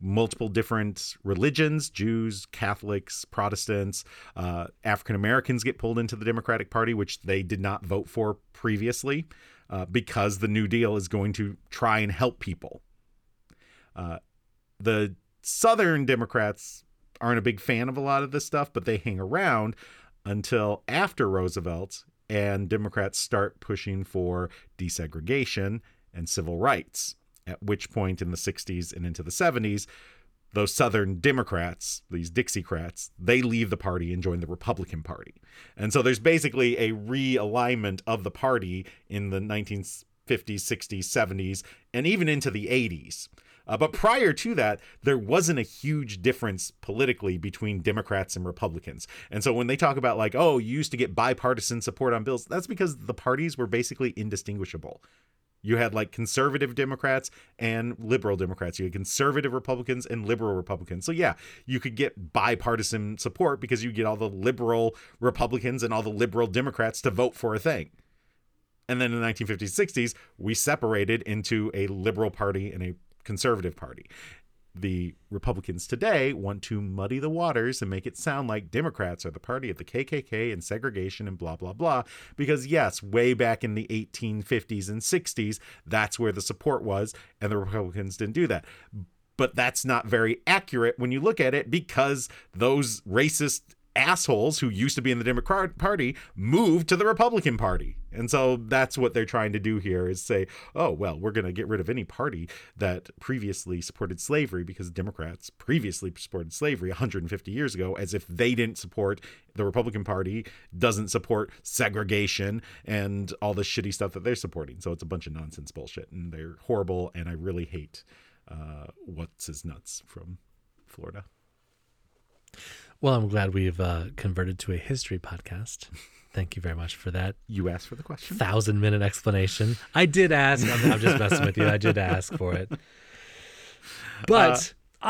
multiple different religions jews catholics protestants uh, african americans get pulled into the democratic party which they did not vote for previously uh, because the new deal is going to try and help people uh, the southern democrats aren't a big fan of a lot of this stuff but they hang around until after roosevelt and democrats start pushing for desegregation and civil rights at which point in the 60s and into the 70s those southern democrats these dixiecrats they leave the party and join the republican party and so there's basically a realignment of the party in the 1950s 60s 70s and even into the 80s Uh, but prior to that there wasn't a huge difference politically between democrats and republicans and so when they talk about like oh you used to get bipartisan support on bills that's because the parties were basically indistinguishable you had like conservative Democrats and liberal Democrats. You had conservative Republicans and liberal Republicans. So yeah, you could get bipartisan support because you get all the liberal Republicans and all the liberal Democrats to vote for a thing. And then in the 1950s, 60s, we separated into a liberal party and a conservative party. The Republicans today want to muddy the waters and make it sound like Democrats are the party of the KKK and segregation and blah, blah, blah. Because, yes, way back in the 1850s and 60s, that's where the support was, and the Republicans didn't do that. But that's not very accurate when you look at it because those racist assholes who used to be in the Democratic Party moved to the Republican Party. And so that's what they're trying to do here is say, oh, well, we're going to get rid of any party that previously supported slavery because Democrats previously supported slavery 150 years ago, as if they didn't support the Republican Party, doesn't support segregation and all the shitty stuff that they're supporting. So it's a bunch of nonsense bullshit and they're horrible. And I really hate uh, what's his nuts from Florida. Well, I'm glad we've uh, converted to a history podcast. Thank you very much for that You asked for the question. thousand minute explanation. I did ask. I'm, I'm just messing with you. I did ask for it. But Uh,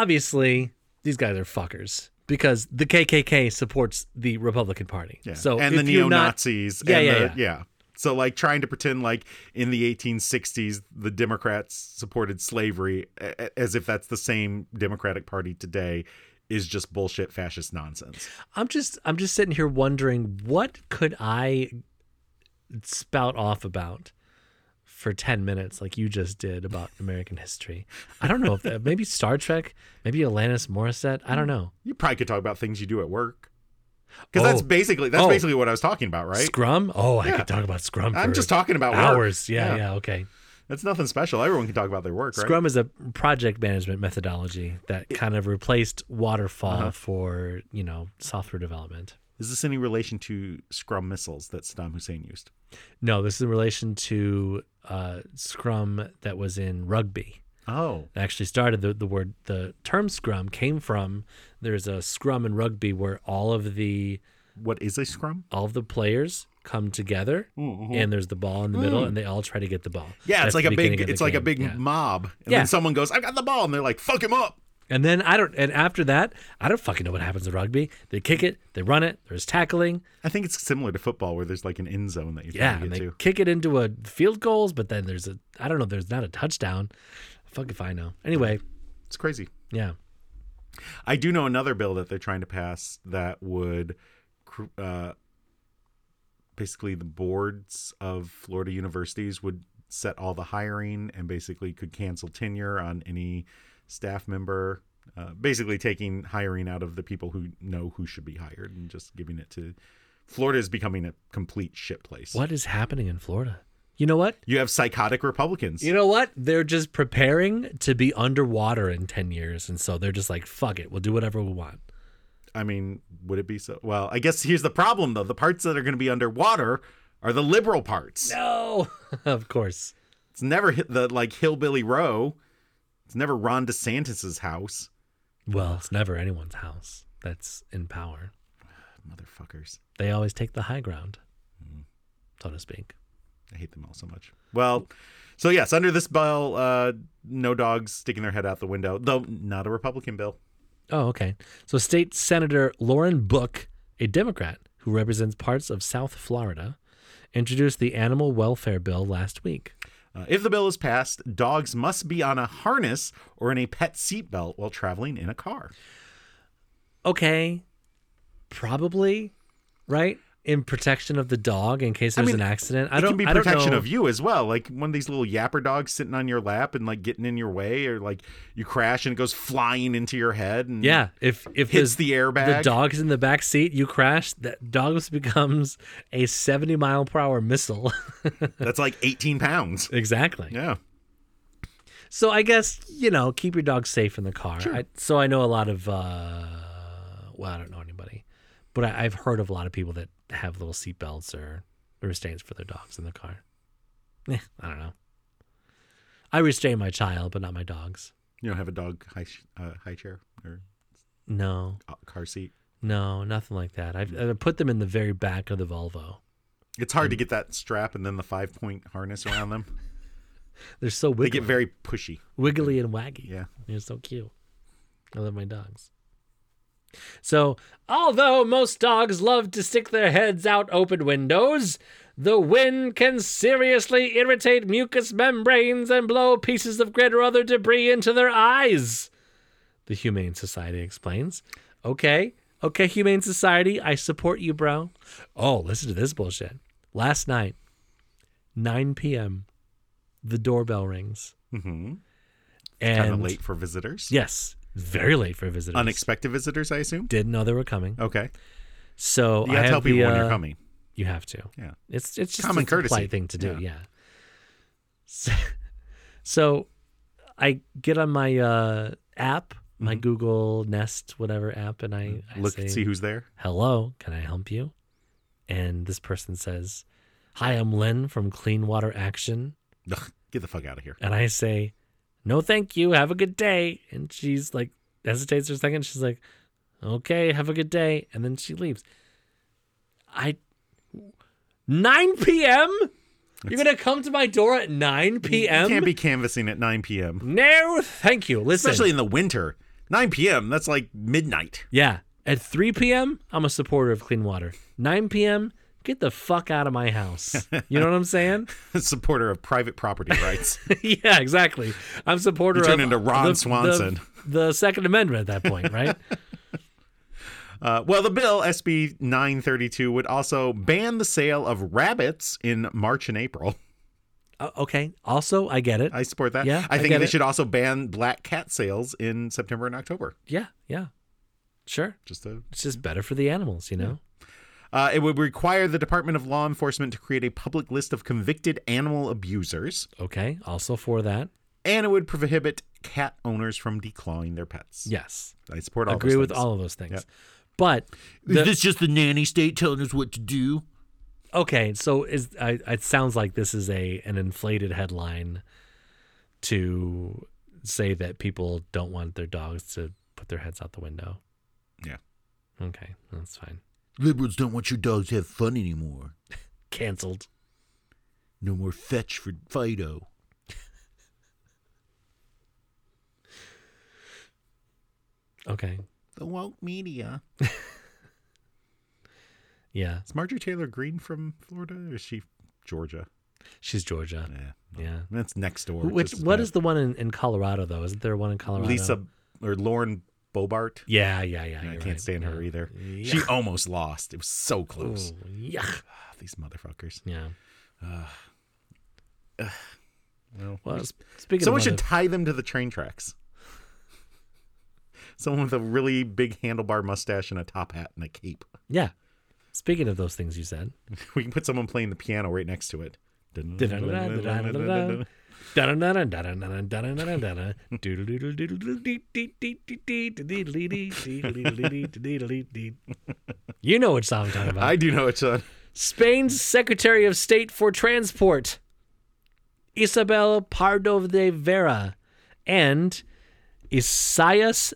obviously, these guys are fuckers because the KKK supports the Republican Party. Yeah. So and the if you're neo not- Nazis. Yeah, and yeah, the, yeah. So like trying to pretend like in the 1860s the Democrats supported slavery a- a- as if that's the same Democratic Party today is just bullshit fascist nonsense. I'm just I'm just sitting here wondering what could I spout off about for 10 minutes like you just did about American history. I don't know if that, maybe Star Trek, maybe Alanis Morissette, I don't know. You probably could talk about things you do at work. Cuz Oh. that's basically that's Oh. basically what I was talking about, right? Scrum? Oh, I could talk about Scrum for I'm just talking about work. hours. Yeah, yeah, okay. That's nothing special. Everyone can talk about their work, right? Scrum is a project management methodology that kind of replaced waterfall Uh-huh. for, you know, software development. Is this any relation to scrum missiles that Saddam Hussein used? No, this is in relation to uh, Scrum that was in rugby. Oh. that actually started the, the word the term scrum came from there's a scrum in rugby where all of the What is a scrum? all of the players come together and there's the ball in the middle and they all try to get the ball Mm-hmm. Mm. Yeah, That's it's like the a beginning big of the it's like a game. big yeah. mob. And Yeah. then someone goes, I got the ball, and they're like, fuck him up. And then I don't. And after that, I don't fucking know what happens in rugby. They kick it, they run it. There's tackling. I think it's similar to football where there's like an end zone that you Yeah, to and get they to. kick it into a field goals. But then there's a. I don't know. There's not a touchdown. Fuck if I know. Anyway, It's crazy. yeah. I do know another bill that they're trying to pass that would cr- uh, basically the boards of Florida universities would set all the hiring and basically could cancel tenure on any staff member. Uh, basically, taking hiring out of the people who know who should be hired and just giving it to Florida is becoming a complete shit place. What is happening in Florida? You know what? You have psychotic Republicans. You know what? They're just preparing to be underwater in 10 years. And so they're just like, fuck it. We'll do whatever we want. I mean, would it be so? Well, I guess here's the problem though: the parts that are going to be underwater are the liberal parts. No. of course. It's never hit the like hillbilly row. It's never Ron DeSantis's house, Well, it's never anyone's house that's in power. motherfuckers. They always take the high ground, so to speak. I hate them all so much. Well, so yes, under this bill, uh, no dogs sticking their head out the window, though not a Republican bill. Oh, okay. So, State Senator Lauren Book, a Democrat who represents parts of South Florida, introduced the animal welfare bill last week. Uh, if the bill is passed, dogs must be on a harness or in a pet seatbelt while traveling in a car. okay, probably, right? In protection of the dog in case I there's mean, an accident. I it don't can be I don't protection know. of you as well. Like one of these little yapper dogs sitting on your lap and like getting in your way, or like you crash and it goes flying into your head. And Yeah, if if hits there's- the airbag. the dog's in the back seat, you crash. That dog becomes a seventy mile per hour missile. that's like 18 pounds. exactly. Yeah, So I guess you know keep your dog safe in the car. Sure. I, so I know a lot of uh, well, I don't know anybody, but I, I've heard of a lot of people that have little seat belts or restraints for their dogs in the car. Eh, I don't know. I restrain my child, but not my dogs. you don't have a dog high sh- uh, high chair or No, uh, car seat. no, nothing like that. I've, Hmm. i put them in the very back of the Volvo. It's hard to Mm. get that strap and then the five point harness around them. They're so They wiggly, get very pushy. wiggly and waggy. Yeah. They're so cute. I love my dogs. So, although most dogs love to stick their heads out open windows, the wind can seriously irritate mucous membranes and blow pieces of grit or other debris into their eyes, the Humane Society explains. Okay, okay, Humane Society, I support you, bro. Oh, listen to this bullshit. Last night, 9 p.m., the doorbell rings. Mm-hmm. And Kind of late for visitors. Yes, very late for visitors. Unexpected visitors, I assume. Didn't know they were coming. Okay. So You I gotta have tell people the, when uh, you're coming. You have to. Yeah. It's it's just Common it's a courtesy. polite thing to do. Yeah. Yeah. So, so I get on my uh, app, my Google Nest, whatever app, and I, I Mm-hmm. Look say, and see who's there. "Hello, can I help you?" And this person says, "Hi, I'm Lynn from Clean Water Action." Ugh, get the fuck out of here. And I say, No, thank you. Have a good day. And she's like, hesitates for a second. She's like, Okay, have a good day. And then she leaves. I, 9 p.m.? You're going to come to my door at 9 You p.m.? can't be canvassing at 9 p.m. no, thank you. Listen. especially in the winter. 9 p.m. That's like midnight. yeah. At 3 p.m., I'm a supporter of clean water. 9 p.m., get the fuck out of my house. You know what I'm saying? Supporter of private property rights. yeah, exactly. I'm supporter You turn of into Ron the- the- Swanson. the Second Amendment at that point, right? uh, well, the bill SB 932 would also ban the sale of rabbits in March and April. Uh, okay. Also, I get it. I support that. Yeah, I I think get they it. should also ban black cat sales in September and October. yeah, yeah. Sure. Just to It's just better for the animals, you know? Uh, it would require the Department of Law Enforcement to create a public list of convicted animal abusers, Okay. Also for that. and it would prohibit cat owners from declawing their pets. Yes. I support all Agree those with things. all of those things. But Is this just the nanny state telling us what to do? okay, so is I it sounds like this is a an inflated headline to say that people don't want their dogs to put their heads out the window. Yeah. Okay, that's fine. Liberals don't want your dogs to have fun anymore. Canceled. No more fetch for Fido. Okay. The woke media. Yeah. Is Marjorie Taylor Green from Florida or is she Georgia? She's Georgia. Yeah. Yeah. That's next door. Which just as what bad. is the one in, in Colorado though? Isn't there one in Colorado? Lisa or Lauren Bobart? Yeah, yeah, yeah. I you're can't right. stand her Yeah. either. Yuck. She almost lost. It was so close. Ooh, yuck. Ah, these motherfuckers. Yeah. Well, Well, sp- speaking someone of should mother- tie them to the train tracks. Someone with a really big handlebar mustache and a top hat and a cape. yeah. Speaking of those things you said. We can put someone playing the piano right next to it. Da-da-da-da-da-da-da-da. Da-da-da-da-da-da-da-da-da-da-da. Doodle-doodle-doodle-dee-dee-dee-dee-dee-dee-dee-dee-dee-dee-dee-dee-dee-dee-dee-dee-dee-dee. You know what song I'm talking about. I do know it's on. Spain's Secretary of State for Transport, Isabel Pardo de Vera, and Isaias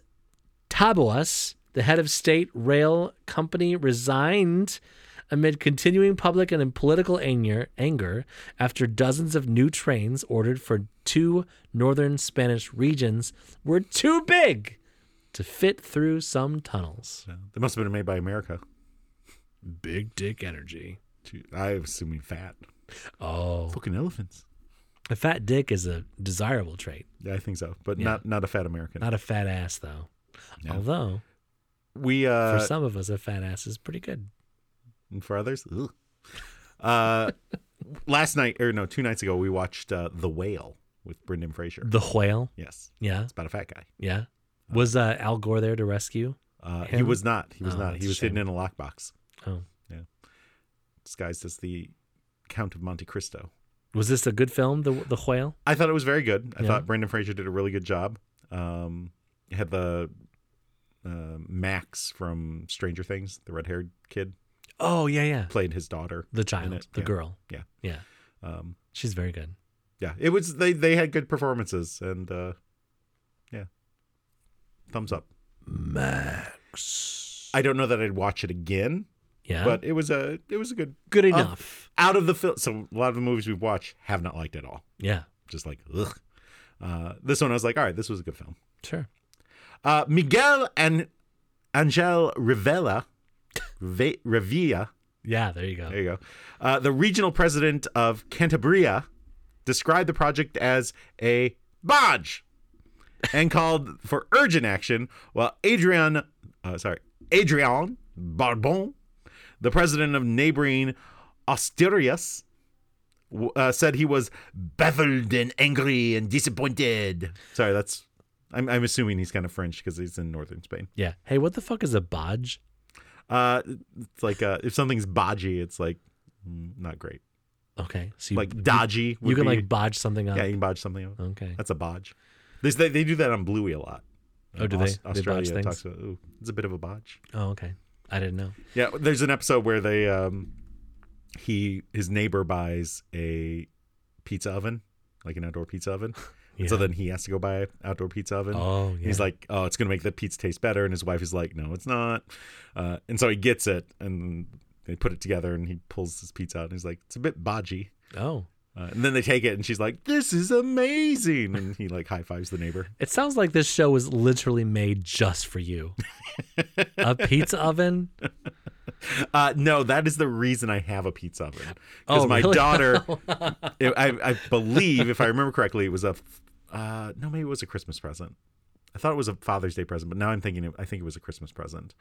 Taboas, the head of state rail company, resigned amid continuing public and political anger, anger after dozens of new trains ordered for two northern Spanish regions were too big to fit through some tunnels. They must have been made by America. Big dick energy. I'm assuming fat. Oh. Fucking elephants. A fat dick is a desirable trait, Yeah, I think so, but not not a fat American. not a fat ass, though. Although, we for uh, some of us, a fat ass is pretty good. and for others. ugh. Uh, last night or no, two nights ago, we watched uh, The Whale with Brendan Fraser. The whale. yes, Yeah. it's about a fat guy. Yeah. Was uh, Al Gore there to rescue? Uh, he Him? was not. He was Oh, not. that's He a was hidden shame. in a lockbox, Oh. disguised as the Count of Monte Cristo. Was this a good film, The, the Whale? I thought it was very good. I Yeah. thought Brendan Fraser did a really good job. Um, it had the uh, Max from Stranger Things, the red-haired kid, Oh, yeah, yeah. played his daughter. The In child, it, the yeah. girl. Yeah. Yeah. Um, She's very good. yeah, it was. They they had good performances, and uh, yeah, thumbs up. Max. I don't know that I'd watch it again, Yeah. but it was a it was a good good uh, enough. out of the film. So a lot of the movies we've watched have not liked at all. yeah. Just like ugh. Uh, this one I was like, all right, this was a good film. Sure. Uh, Miguel and Angel Rivella, Rive- Rivilla, Yeah. There you go. there you go. Uh, the regional president of Cantabria described the project as a bodge and called for urgent action. While Adrian, uh, sorry, Adrian Barbon, the president of neighboring Asturias, w- uh, said he was Baffled and angry and disappointed. sorry. That's I'm, I'm assuming he's kind of French because he's in northern Spain. Yeah. Hey, what the fuck is a bodge? Uh, it's like uh, if something's bodgy, it's like mm, not great. Okay. So you, Like dodgy. Would you can be, like Oh. bodge something up. yeah, you can bodge something. up. Okay. That's a bodge. There's, they they do that on Bluey a lot. Oh, do they? Aus- They bodge Australia things? talks about. Ooh, it's a bit of a bodge. Oh, okay. I didn't know. Yeah, there's an episode where they um, he his neighbor buys a pizza oven, like an outdoor pizza oven. And So Yeah. then he has to go buy an outdoor pizza oven. Oh, yeah. He's like, oh, it's gonna make the pizza taste better, and his wife is like, no, it's not. Uh, and so he gets it, and they put it together, and he pulls his pizza out, and he's like, it's a bit bodgy. oh. Uh, and then they take it, and she's like, "This is amazing!" And he like high fives the neighbor. It sounds like this show was literally made just for you. a pizza oven? Uh, no, that is the reason I have a pizza oven because Oh, my really? daughter, I, I I believe, if I remember correctly, it was a, uh, no, maybe it was a Christmas present. I thought it was a Father's Day present, but now I'm thinking, it, I think it was a Christmas present.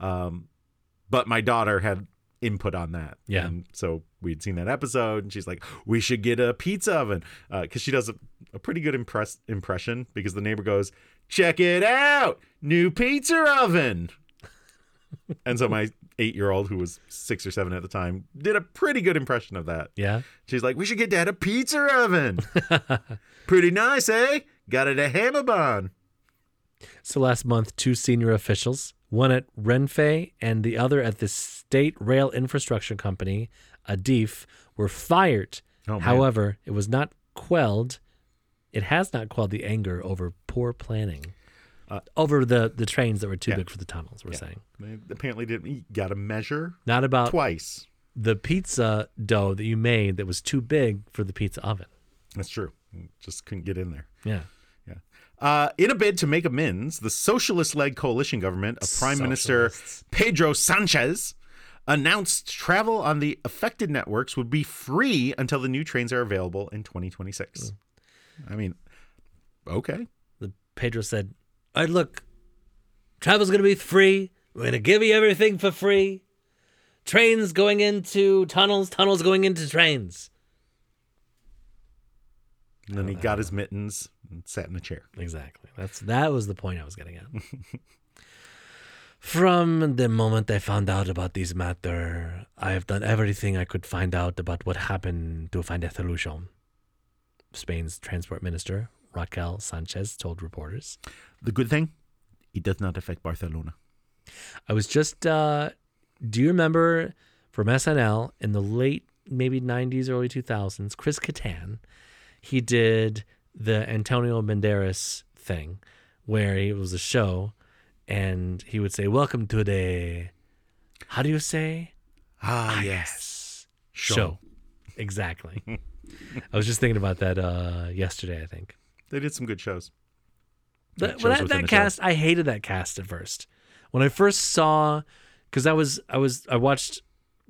Um, but my daughter had input on that. Yeah. And so we'd seen that episode, and she's like, "We should get a pizza oven," because she does a, a pretty good impress impression because the neighbor goes, "Check it out, new pizza oven." And so my eight year old, who was six or seven at the time, did a pretty good impression of that. Yeah. She's like, We should get dad a pizza oven. pretty nice, eh? Got it at Hammerbon. So last month, two senior officials, one at Renfe and the other at the State Rail Infrastructure Company, ADIF, were fired. Oh, man. However, it was not quelled. It has not quelled the anger over poor planning. over the, the trains that were too Uh, Yeah. big for the tunnels, we're saying. They apparently didn't. You got to measure Not about twice. the pizza dough that you made that was too big for the pizza oven. That's true. Just couldn't get in there. Yeah. Yeah. Uh, in a bid to make amends, the socialist led coalition government of Prime Minister Socialists. Pedro Sanchez announced travel on the affected networks would be free until the new trains are available in 2026. I mean, okay. The Pedro said, "All right, look, travel's gonna be free. We're gonna give you everything for free. Trains going into tunnels, tunnels going into trains." And then he Uh, got his mittens and sat in a chair. Exactly. That's that was the point I was getting at. From the moment I found out about this matter, I have done everything I could find out about what happened to find a solution. Spain's transport minister, Raquel Sanchez, told reporters. The good thing, it does not affect Barcelona. I was just uh do you remember from SNL in the late maybe 90s early 2000s Chris Kattan he did the Antonio Banderas thing where it was a show and he would say welcome to the how do you say Ah, yes show exactly I was just thinking about that uh yesterday I think They did some good shows. that, shows well, that, within that a show. cast i hated that cast at first when i first saw because i was i was i watched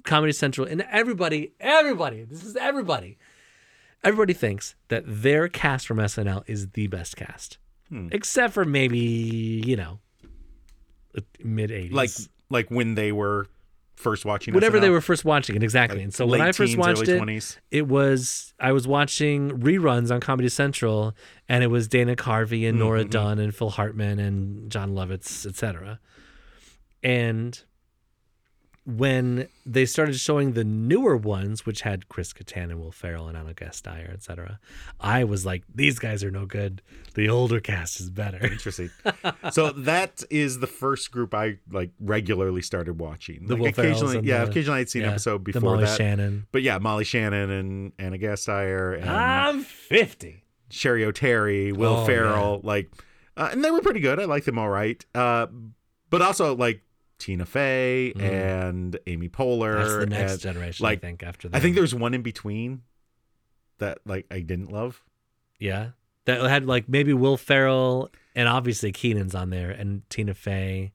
comedy central and everybody everybody this is everybody everybody thinks that their cast from snl is the best cast Hmm. except for maybe you know mid 80s Like like when they were first watching whatever SNL. they were first watching it exactly and so when late i first teens, watched early it 20s. it was i was watching reruns on comedy central and it was dana carvey and nora Mm-hmm. dunn and phil hartman and john lovitz etc and when they started showing the newer ones which had chris kattan and will ferrell and anna gasteyer etc i was like these guys are no good the older cast is better Interesting. so that is the first group I like regularly started watching. The Like, Will Ferrells occasionally, and yeah, the- occasionally I'd seen an Yeah, episode the before molly that. shannon But yeah, Molly Shannon and Anna Gasteyer and i'm 50 Sherry O'Terry, Will Ah! Oh, Ferrell, like, uh, and they were pretty good. I liked them all right. Uh, but also like Tina Fey Mm. and Amy Poehler. that's the next and- generation i uh, like, think after that I think there's one in between that like I didn't love. Yeah. That had like maybe Will Ferrell and obviously Keenan's on there and Tina Fey.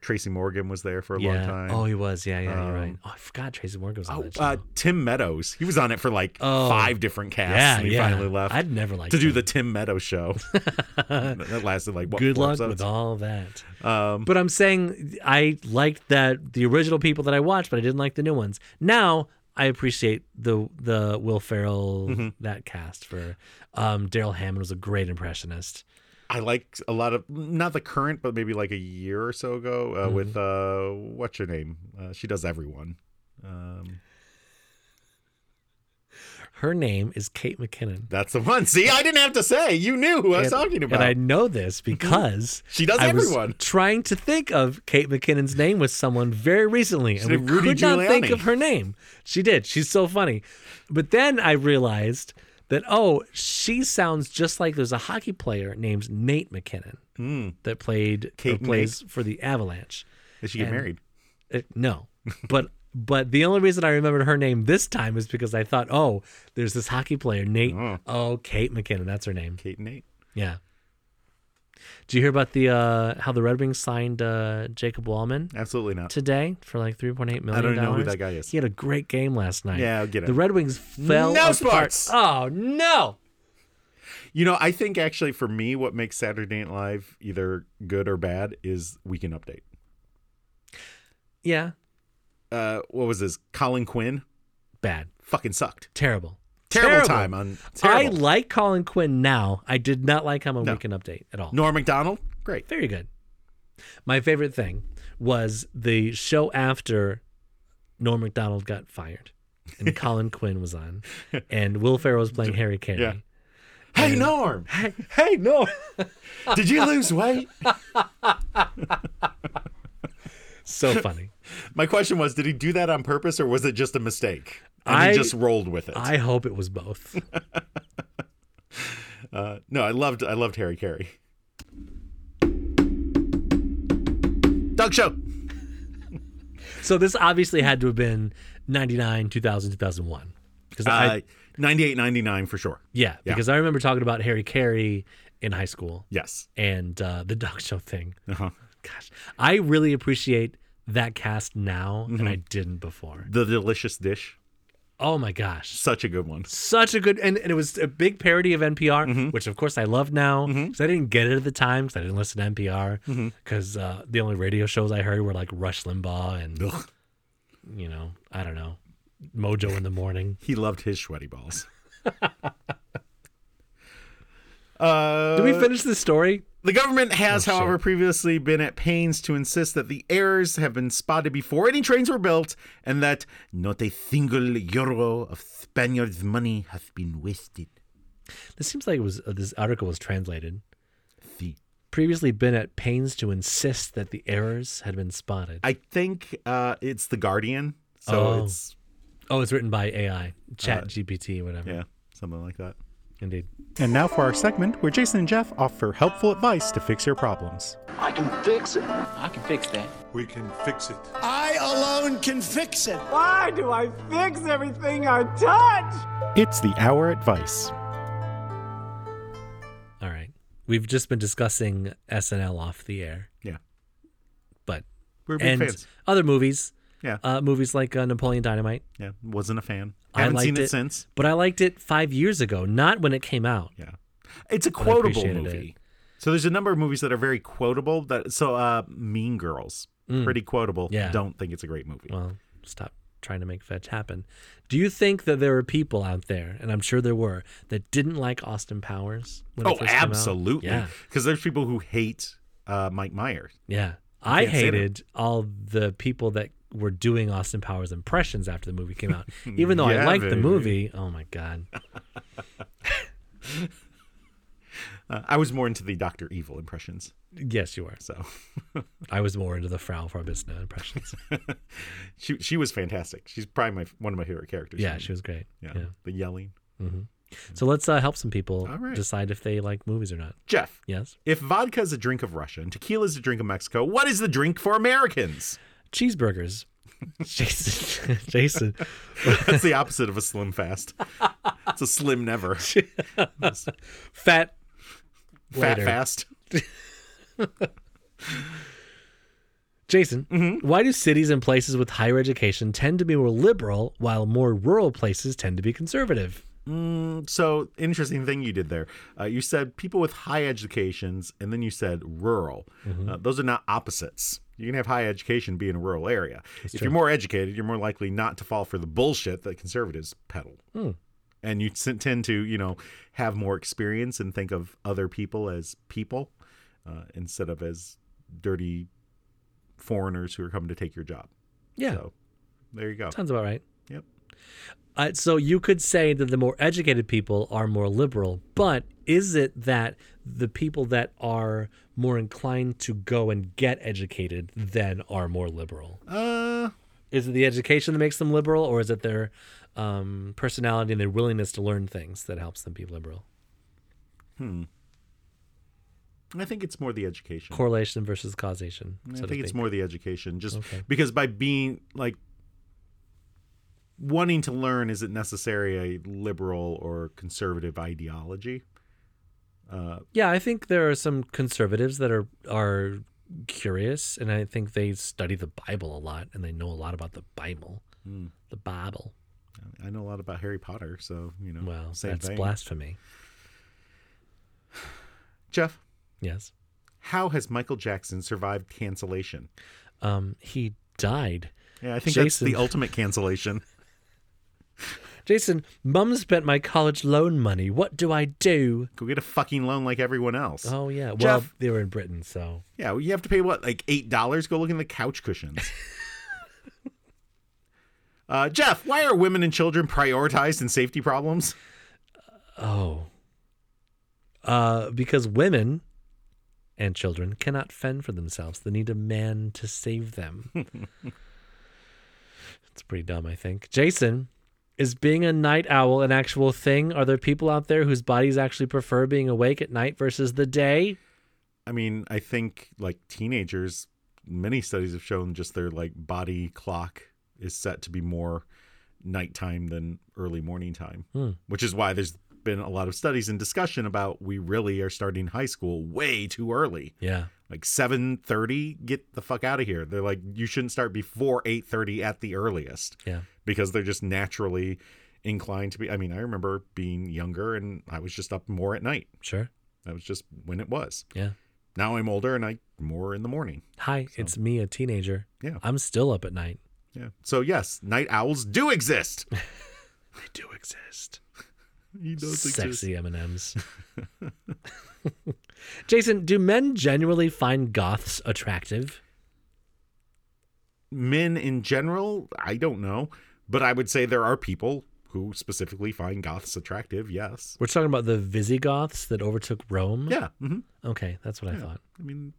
Tracy Morgan was there for a yeah. long time. Oh, he was. Yeah, yeah, you're right. Um, Oh, I forgot Tracy Morgan was on Oh, that show. uh, Tim Meadows. He was on it for like Oh. five different casts, yeah, and he yeah. finally left I'd never like to do the Tim Meadows show. that lasted like what, Good four luck with episodes? all that. Um, But I'm saying I liked that the original people that I watched, but I didn't like the new ones. Now I appreciate the the Will Ferrell Mm-hmm. that cast for um, Daryl Hammond was a great impressionist. I like a lot of not the current, but maybe like a year or so ago Mm-hmm. uh, with uh, what's her name? Uh, she does everyone. Um, Her name is Kate McKinnon. that's the one. See, I didn't have to say. You knew who I was talking about. And I know this Mm-hmm. because She does I everyone. was trying to think of Kate McKinnon's name with someone very recently, and we did Rudy could not think Giuliani. of her name. She did. She's so funny. But then I realized that oh, she sounds just like there's a hockey player named Nate McKinnon that played or Hmm. Kate plays for the Avalanche. Did she get and- married? Uh, no, but. But the only reason I remembered her name this time is because I thought, oh, there's this hockey player, Nate. Oh. oh Kate McKinnon, that's her name. Kate and Nate. Yeah. Did you hear about the uh, how the Red Wings signed uh, Jacob Wallman Absolutely not. today for like three point eight million? I don't even know who that guy is. He had a great game last night. Yeah, I'll get The him. Red Wings fell No apart. sports! Oh no! You know, I think actually for me, what makes Saturday Night Live either good or bad is Weekend Update. Yeah, Uh, what was this? Colin Quinn bad, fucking sucked. terrible, Terrible, time on. I Terrible. like Colin Quinn now. I did not like him on No. Weekend Update at all. Norm Macdonald, great. Very good. My favorite thing was the show after Norm Macdonald got fired and Colin Quinn was on, and Will Ferrell was playing Harry Carey. Yeah. Hey Norm, Hey, hey, no. did you lose weight? so funny. My question was, did he do that on purpose or was it just a mistake? And I- he just rolled with it. I hope it was both. uh, no, I loved I loved Harry Carey. Doug Show. So this obviously had to have been 99, 2000, 2001. Because Uh, I 98 99 for sure. yeah, because I remember talking about Harry Carey in high school Yes. and uh, the dog show thing. Uh-huh. Gosh, I really appreciate that cast now, and I didn't before. The delicious dish. Oh my gosh. Such a good one. Such a good, and, and it was a big parody of NPR, Mm-hmm. which of course I love now because I didn't get it at the time because I didn't listen to Mm-hmm. NPR because uh, the only radio shows I heard were like Rush Limbaugh and Ugh. you know I don't know Mojo in the morning. He loved his sweaty balls. uh, Did we finish the story? The government has, Oh, however, previously been at pains to insist that the errors have been spotted before any trains were built and that Not a single euro of Spaniards' money hath been wasted. This seems like it was uh, this article was translated. The Previously been at pains to insist that the errors had been spotted. I think uh, it's the Guardian. So Oh. it's, oh, it's written by AI, Chat GPT, whatever. Uh, yeah, something like that. Indeed. And now for our segment where Jason and Jeff offer helpful advice to fix your problems. I can fix it. I can fix that. We can fix it. I alone can fix it. Why do I fix everything I touch? It's the Hour Advice. All right. We've just been discussing SNL off the air, Yeah. but We're big and fans. other movies, Yeah. uh, movies like uh, Napoleon Dynamite. yeah. Wasn't a fan. I Haven't liked seen it, it. since. But I liked it five years ago, not when it came out. Yeah. It's a I quotable appreciated it. movie. So there's a number of movies that are very quotable. That so uh Mean Girls. Pretty quotable. Mm. Yeah. Don't think it's a great movie. Well, stop trying to make fetch happen. Do you think that there were people out there, and I'm sure there were, that didn't like Austin Powers? When it Oh, first came out? absolutely. Yeah, Because there's people who hate uh, Mike Myers. yeah. I can't say that. hated all the people that were doing Austin Powers impressions after the movie came out, even though I Yeah, liked the baby. movie. Oh my god. Uh, I was more into the Doctor Evil impressions. Yes, you were. So I was more into the Frau Farbisna impressions. she she was fantastic. She's probably my one of my favorite characters. yeah, she was great. yeah. Yeah. The yelling. So let's uh, help some people All right. decide if they like movies or not. Jeff, Yes. if vodka is a drink of Russia and tequila is a drink of Mexico, what is the drink for Americans? Cheeseburgers. Jason. Jason. That's the opposite of a slim fast. It's a slim never. Fat. Fat Later. fast. Jason, Mm-hmm. why do cities and places with higher education tend to be more liberal while more rural places tend to be conservative? So interesting thing you did there. Uh, you said people with high educations, and then you said rural. Uh, those are not opposites. You can have high education be in a rural area. if you're more educated, you're more likely not to fall for the bullshit that conservatives peddle. And you t- tend to, you know, have more experience and think of other people as people uh, instead of as dirty foreigners who are coming to take your job. Yeah, So there you go. sounds about right. Yep. Uh, so you could say that the more educated people are more liberal, but is it that the people that are more inclined to go and get educated then are more liberal? Uh, Is it the education that makes them liberal, or is it their um, personality and their willingness to learn things that helps them be liberal? hmm. I think it's more the education. Correlation versus causation. I so to think it's speak. more the education, just because by being like wanting to learn isn't necessarily a liberal or conservative ideology. Uh, Yeah, I think there are some conservatives that are are curious, and I think they study the Bible a lot and they know a lot about the Bible, Hmm. the Bible. I know a lot about Harry Potter, so you know, Well, same that's thing. blasphemy. Jeff, Yes, how has Michael Jackson survived cancellation? um, he died. Yeah, I think that's Jason. the ultimate cancellation. Jason, Mum spent my college loan money. What do I do? Go get a fucking loan like everyone else. Oh yeah, well Jeff. they were in Britain, so Yeah, well, you have to pay what, like eight dollars? Go look in the couch cushions. uh, Jeff, why are women and children prioritized in safety problems? oh, uh, because women and children cannot fend for themselves. They need a man to save them. it's pretty dumb, I think. Jason, is being a night owl an actual thing? Are there people out there whose bodies actually prefer being awake at night versus the day? I mean, I think like teenagers, many studies have shown just their like body clock is set to be more nighttime than early morning time, which is why there's been a lot of studies and discussion about we really are starting high school way too early. Yeah. Like 7:30, get the fuck out of here. They're like you shouldn't start before 8:30 at the earliest Yeah. because they're just naturally inclined to be I mean, I remember being younger and I was just up more at night. Sure. That was just when it was. Yeah. Now I'm older and I more in the morning. Hi, it's me, a teenager. Yeah. I'm still up at night. Yeah. So yes, night owls do exist. They do exist. He does Sexy M and M's. Jason, do men genuinely find goths attractive? Men in general, I don't know, but I would say there are people who specifically find goths attractive. Yes. We're talking about the Visigoths that overtook Rome. Yeah. hmm Okay, that's what I thought. I mean,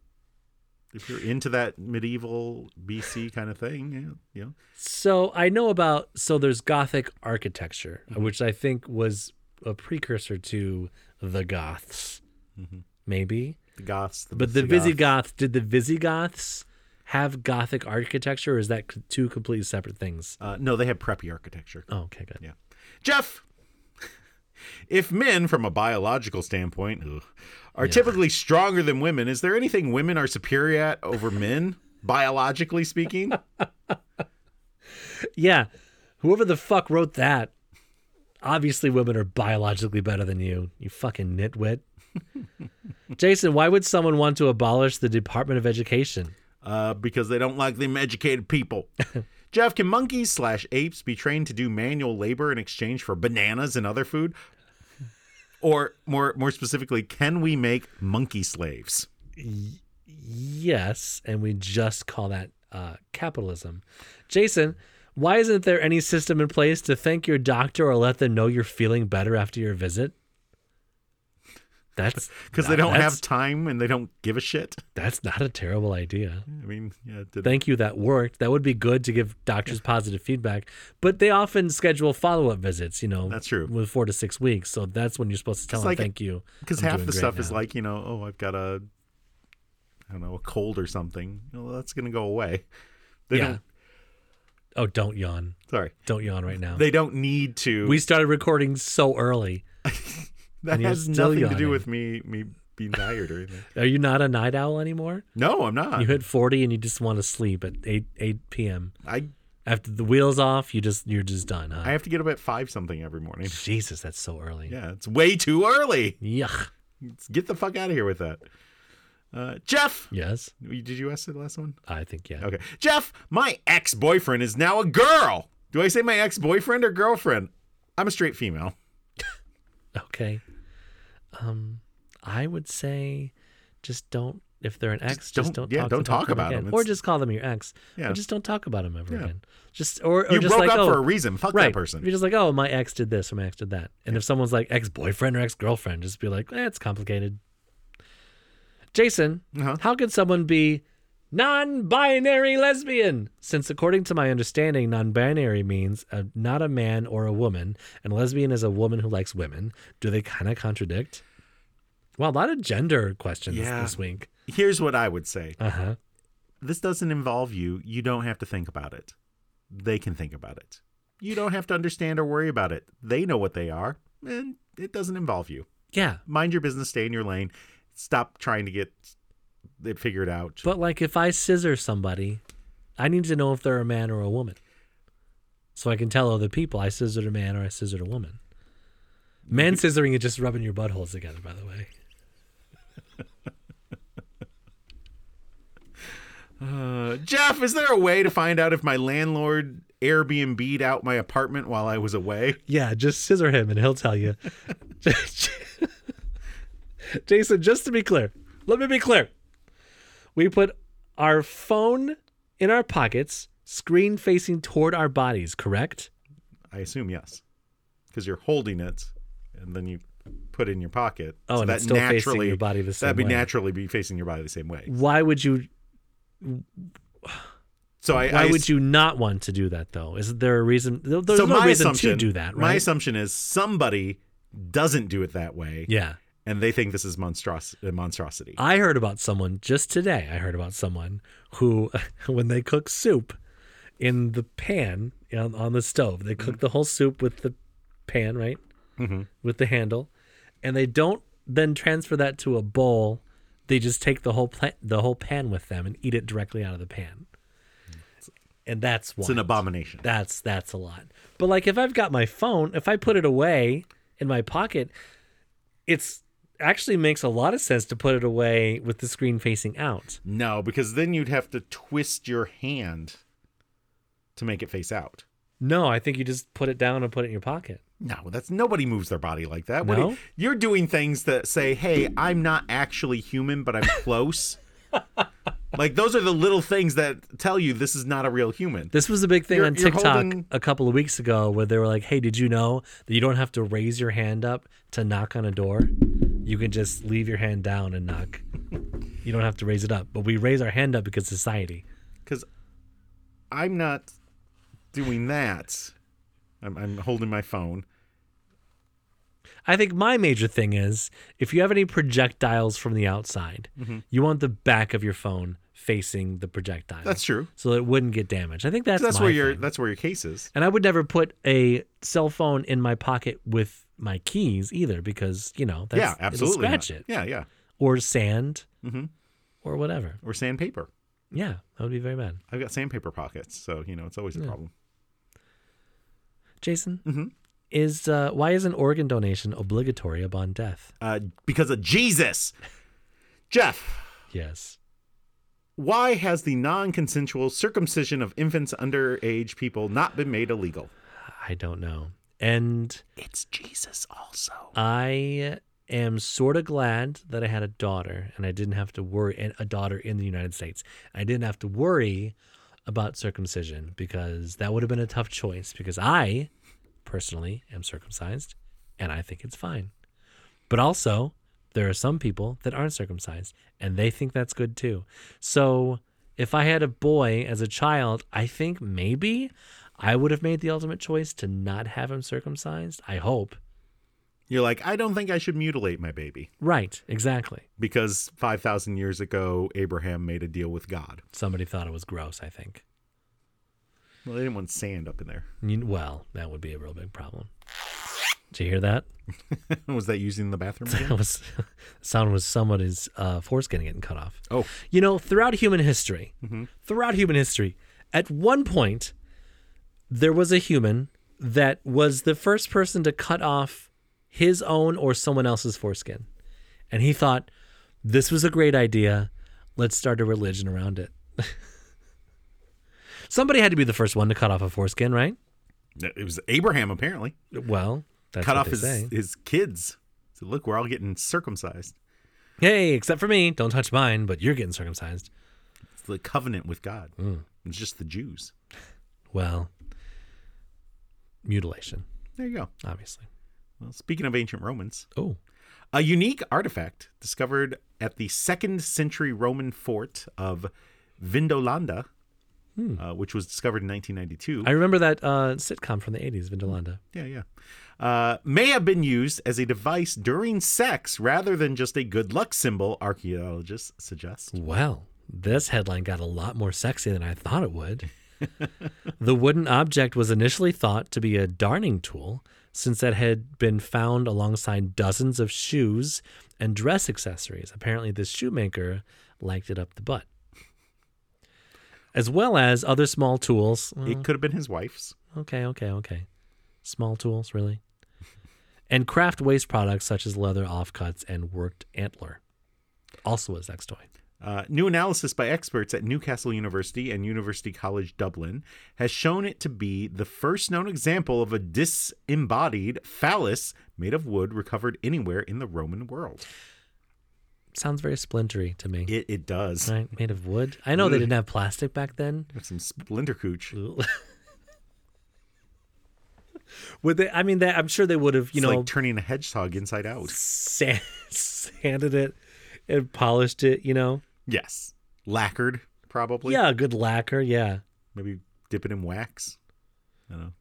if you're into that medieval BC kind of thing, yeah, yeah. So I know about so there's Gothic architecture, Mm-hmm. which I think was a precursor to the Goths, maybe. The goths. Mm-hmm. The But the Visigoths. Visigoths did the Visigoths have Gothic architecture, or is that c- two completely separate things? Uh, no, they had preppy architecture. Oh, okay, good. Yeah. Jeff, if men from a biological standpoint ugh, are typically stronger than women, is there anything women are superior at over men, biologically speaking? Yeah, whoever the fuck wrote that, obviously women are biologically better than you. You fucking nitwit. Jason, why would someone want to abolish the Department of Education? Uh, because they don't like them educated people. Jeff, can monkeys slash apes be trained to do manual labor in exchange for bananas and other food? Or more more specifically, can we make monkey slaves? Yes, and we just call that uh, capitalism. Jason, why isn't there any system in place to thank your doctor or let them know you're feeling better after your visit? That's Because they don't that's- have time and they don't give a shit. That's not a terrible idea. I mean, yeah, did Thank you, that worked. That would be good to give doctors positive feedback, but they often schedule follow up visits. You know, That's true. With four to six weeks, so that's when you're supposed to tell them like- thank you. because I'm half doing the great stuff is now." like you know oh i've got a i don't know a cold or something well, that's gonna go away they yeah. don't Oh, don't yawn. sorry Don't yawn right now. they don't need to we started recording so early. that you're has still nothing to do yawning. with me me being tired or anything Are you not a night owl anymore? no i'm not You hit 40 and you just want to sleep at 8 8 p.m. i After the wheels off, you just you're just done, huh? i have to get up at five something every morning Jesus, that's so early. yeah it's way too early Yuck. Let's get the fuck out of here with that uh, jeff Yes, did you ask the last one I think yeah. okay jeff my ex-boyfriend is now a girl do i say my ex-boyfriend or girlfriend i'm a straight female Okay. Um, I would say, just don't. If they're an ex, just don't- don't. yeah, talk don't talk about them, again. them. or It's- just call them your ex. Yeah. Yeah. just don't talk about them ever Yeah. again. Just or, or you just broke up like, oh, for a reason fuck Right. that person You're just like, oh, my ex did this or my ex did that. And if someone's like ex boyfriend or ex girlfriend, just be like, eh, it's complicated. Jason, Uh-huh. how could someone be non binary lesbian? Since, according to my understanding, non binary means a, not a man or a woman, and lesbian is a woman who likes women. Do they kind of contradict? Wow, a lot of gender questions Yeah. this week. Here's what I would say. Uh huh. This doesn't involve you. You don't have to think about it. They can think about it. You don't have to understand or worry about it. They know what they are, and it doesn't involve you. Yeah. Mind your business, stay in your lane. Stop trying to get it figured out. But like if I scissor somebody, I need to know if they're a man or a woman. So I can tell other people I scissored a man or I scissored a woman. Man scissoring is just rubbing your buttholes together, by the way. Uh, Jeff, is there a way to find out if my landlord Airbnb'd out my apartment while I was away? Yeah, just scissor him and he'll tell you. Jason, just to be clear, let me be clear. We put our phone in our pockets, screen facing toward our bodies, correct? I assume yes, because you're holding it, and then you put it in your pocket. Oh, and it's still facing your body the same That'd be way. naturally be facing your body the same way. Why would you So I, Why I would you not want to do that though? Isn't there a reason? there- There's so no my reason assumption to do that, My right? assumption is somebody doesn't do it that way, yeah, and they think this is monstros- a monstrosity. I heard about someone just today. I heard about someone who, when they cook soup Mm-hmm. in the pan on, on the stove, they cook the whole soup with the pan, right? with the handle, and they don't then transfer that to a bowl. They just take the whole pla- the whole pan with them and eat it directly out of the pan. And that's why Mm. It's an abomination. that's that's a lot. But like if I've got my phone, if I put it away in my pocket, it's actually makes a lot of sense to put it away with the screen facing out. No, because then you'd have to twist your hand to make it face out. No, I think you just put it down and put it in your pocket. No, that's nobody moves their body like that. What do you- No? you're doing things that say, "Hey, I'm not actually human, but I'm close." like those are the little things that tell you this is not a real human. This was a big thing You're- on you're TikTok holding- a couple of weeks ago where they were like, "Hey, did you know that you don't have to raise your hand up to knock on a door? You can just leave your hand down and knock. you don't have to raise it up." But we raise our hand up because society. because I'm not doing that. I'm, I'm holding my phone. I think my major thing is if you have any projectiles from the outside, Mm-hmm. you want the back of your phone facing the projectile. That's true. So that it wouldn't get damaged. I think that's That's my where your thing. that's where your case is. and I would never put a cell phone in my pocket with my keys either because you know that's, yeah, it'll absolutely. not. scratch it Yeah, Mm-hmm. yeah. or sand or whatever. Or sandpaper. Yeah, I would be very mad. I've got sandpaper pockets, so you know it's always a problem. Jason, Mm-hmm. is uh, why is an organ donation obligatory upon death? Uh, because of Jesus, Jeff. Yes. Why has the non-consensual circumcision of infants underage people not been made illegal? I don't know. And It's Jesus also. I am sort of glad that I had a daughter and I didn't have to worry, and a daughter in the United States. I didn't have to worry about circumcision because that would have been a tough choice because I personally am circumcised and I think it's fine. But also, there are some people that aren't circumcised and they think that's good too. So if I had a boy as a child, I think maybe I would have made the ultimate choice to not have him circumcised. I hope. You're like, I don't think I should mutilate my baby Right, exactly. because five thousand years ago Abraham made a deal with God. Somebody thought it was gross, I think. Well, they didn't want sand up in there. You- Well, that would be a real big problem. Did you hear that? was that using the bathroom? That was sound was somebody's uh, foreskin getting cut off. Oh. You know, throughout human history, Mm-hmm. throughout human history, at one point there was a human that was the first person to cut off his own or someone else's foreskin. And he thought, this was a great idea. Let's start a religion around it. Somebody had to be the first one to cut off a foreskin, right? It was Abraham apparently Well, that's cut what off they his say. his kids. So look, we're all getting circumcised. Hey, except for me, don't touch mine, but you're getting circumcised. It's the covenant with God. Mm. It's just the Jews. Well, mutilation, There you go. obviously. Well, speaking of ancient Romans, Oh, a unique artifact discovered at the second century Roman fort of Vindolanda, uh, which was discovered in 1992. I remember that uh, sitcom from the '80s, Vindolanda. yeah, yeah. Uh, may have been used as a device during sex rather than just a good luck symbol, archaeologists suggest. Well, this headline got a lot more sexy than I thought it would. the wooden object was initially thought to be a darning tool, since it had been found alongside dozens of shoes and dress accessories. Apparently, this shoemaker liked it up the butt, as well as other small tools. It could have been his wife's. Okay, okay, okay. Small tools, really. and craft waste products such as leather offcuts and worked antler. Also a sex toy. Uh, new analysis by experts at Newcastle University and University College Dublin has shown it to be the first known example of a disembodied phallus made of wood recovered anywhere in the Roman world. Sounds very splintery to me. It, it does. Right? Made of wood. I know they didn't have plastic back then. There's Some splinter cooch. would they I mean they, I'm sure they would have, you it's know, like turning a hedgehog inside out. sand, sanded it and polished it, you know. Yes. Lacquered, probably. Yeah, good lacquer, yeah. Maybe dip it in wax. I don't know.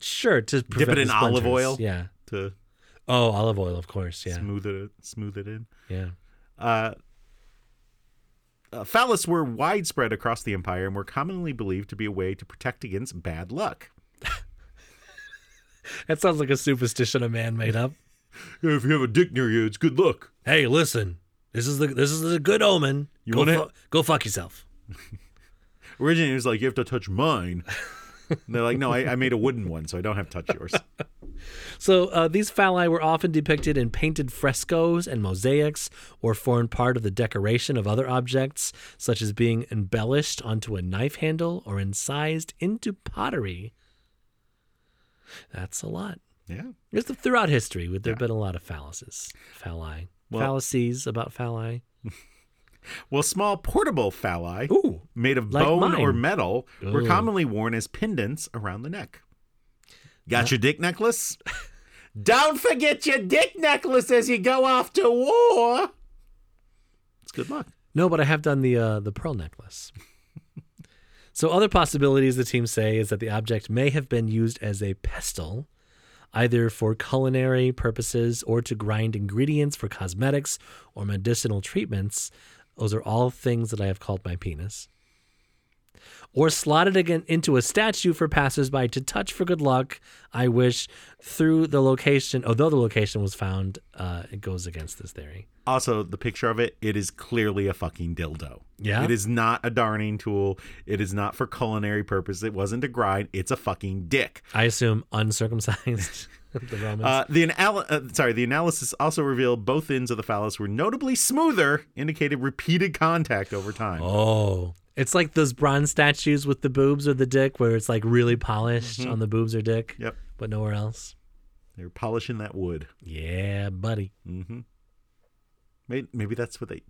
Sure, to prevent it in the olive splinters. oil. Yeah. To Oh, olive oil, of course, yeah. smooth it smooth it in. Yeah. uh, uh, phallus were widespread across the empire and were commonly believed to be a way to protect against bad luck. That sounds like a superstition a man made up. If you have a dick near you, it's good luck. Hey, listen. This is the this is a good omen. You go want it? fu- go fuck yourself. Originally, it was like, you have to touch mine. And they're like, no, I, I made a wooden one, so I don't have to touch yours. So uh, these phalli were often depicted in painted frescoes and mosaics, or formed part of the decoration of other objects, such as being embellished onto a knife handle or incised into pottery. That's a lot. Yeah. Just throughout history, there've been a lot of phalluses, phalli, Well- fallacies about phalli. Well, small portable phalli Ooh, made of like bone mine. or metal were Ooh. commonly worn as pendants around the neck. Got your dick necklace? Don't forget your dick necklace as you go off to war. It's good luck. No, but I have done the uh, the pearl necklace. so other possibilities the team say is that the object may have been used as a pestle, either for culinary purposes or to grind ingredients for cosmetics or medicinal treatments. Those are all things that I have called my penis. Or slotted again into a statue for passersby to touch for good luck. I wish through the location, although the location was found, uh, it goes against this theory. Also, the picture of it, it is clearly a fucking dildo. Yeah? It is not a darning tool. It is not for culinary purpose. It wasn't to grind. It's a fucking dick. I assume uncircumcised. the Romans. Uh, the anal- uh, sorry, the analysis also revealed both ends of the phallus were notably smoother, indicated repeated contact over time. oh, it's like those bronze statues with the boobs or the dick, where it's like really polished on the boobs or dick, Mm-hmm. Yep, but nowhere else. they're polishing that wood. Yeah, buddy. Maybe, maybe that's what they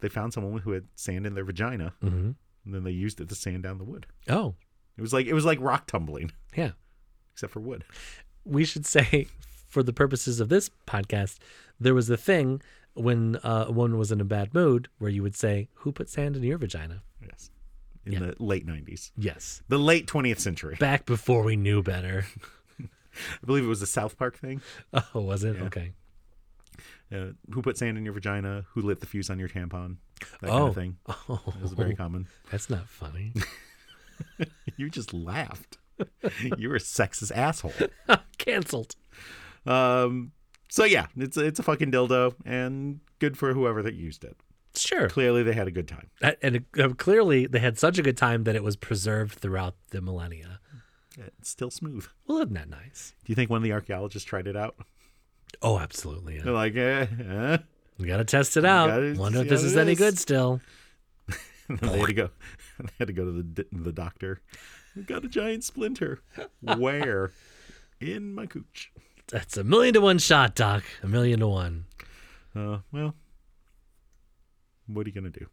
they found someone who had sand in their vagina, and then they used it to sand down the wood. Oh, It was like it was like rock tumbling, yeah. except for wood. We should say, for the purposes of this podcast, there was a thing when uh, a woman was in a bad mood where you would say, "Who put sand in your vagina?" Yes, in the late '90s, Yes, the late 20th century. back before we knew better. I believe it was a South Park thing. Oh, was it okay? Uh, who put sand in your vagina? Who lit the fuse on your tampon? That kind oh, of thing. oh, It was very common. that's not funny. You just laughed. you were a sexist asshole. Cancelled. Um, so yeah, it's a, it's a fucking dildo, and good for whoever that used it. Sure. Clearly, they had a good time. That- and uh, clearly, they had such a good time that it was preserved throughout the millennia. It's still smooth. Well, isn't that nice? Do you think one of the archaeologists tried it out? Oh, absolutely. yeah. They're like, eh, eh. We gotta test it out. gotta Wonder if see this how is it any is. good still. And they had to go. They had to go to the d- the doctor. We've got a giant splinter. Where? In my cooch. That's a million to one shot, Doc. A million to one. Uh, well, what are you gonna do?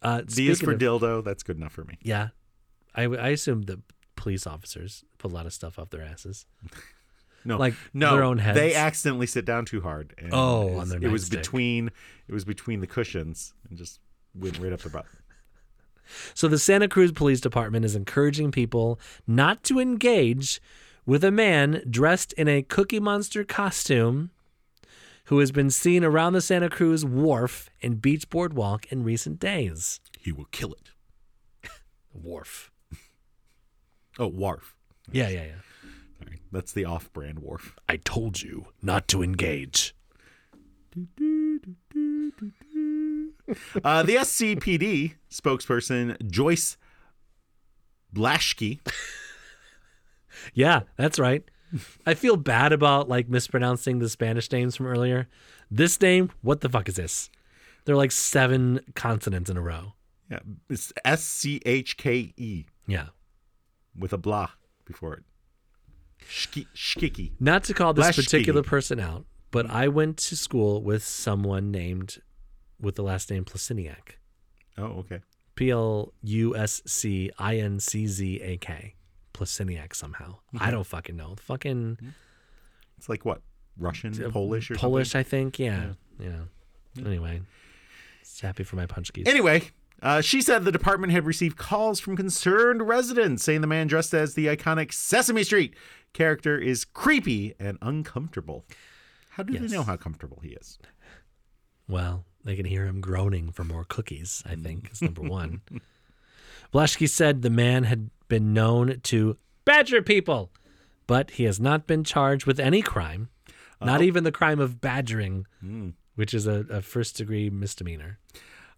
Uh, D is speaking for of- dildo. That's good enough for me. Yeah, I, I assume the police officers put a lot of stuff up their asses. No, Like, no, their own heads? They accidentally sit down too hard. And Oh, it on was- their it was nightstick. between it was between the cushions and just went right up the butt. So the Santa Cruz Police Department is encouraging people not to engage with a man dressed in a Cookie Monster costume who has been seen around the Santa Cruz Wharf and Beach Boardwalk in recent days. He will kill it. Wharf. Oh, wharf. Yeah, yeah, yeah. Sorry, that's the off-brand wharf. I told you not to engage. Uh, the SCPD spokesperson Joyce Blaschke. Yeah, that's right. I feel bad about like mispronouncing the Spanish names from earlier. This name, what the fuck is this? There are like seven consonants in a row. Yeah, it's S C H K E Yeah. with a blah before it. Shki- Shkiki. Not to call this Lashki. particular person out, but I went to school with someone named with the last name Placiniak. Oh, okay. P L U S C I N C Z A K. Placiniak somehow. I don't fucking know. Fucking It's like what Russian, Polish, or Polish, something? I think. Yeah. Yeah. Anyway. Just happy for my punch keys. Anyway, uh, she said the department had received calls from concerned residents saying the man dressed as the iconic Sesame Street character is creepy and uncomfortable. How do Yes. they know how comfortable he is? Well, they can hear him groaning for more cookies, I think, is number one. Blaschke said the man had been known to badger people, but he has not been charged with any crime, not even the crime of badgering, which is a, a first degree misdemeanor.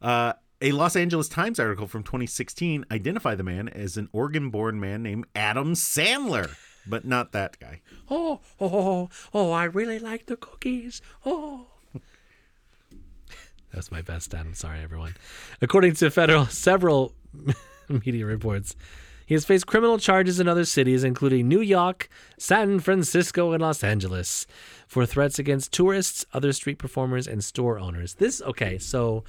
Uh, a Los Angeles Times article from 2016 identified the man as an Oregon-born man named Adam Sandler, but not that guy. Oh, oh, oh, oh, I really like the cookies. Oh. That's my best dad. I'm sorry, everyone. According to federal several media reports, he has faced criminal charges in other cities, including New York, San Francisco, and Los Angeles, for threats against tourists, other street performers, and store owners. This okay? So,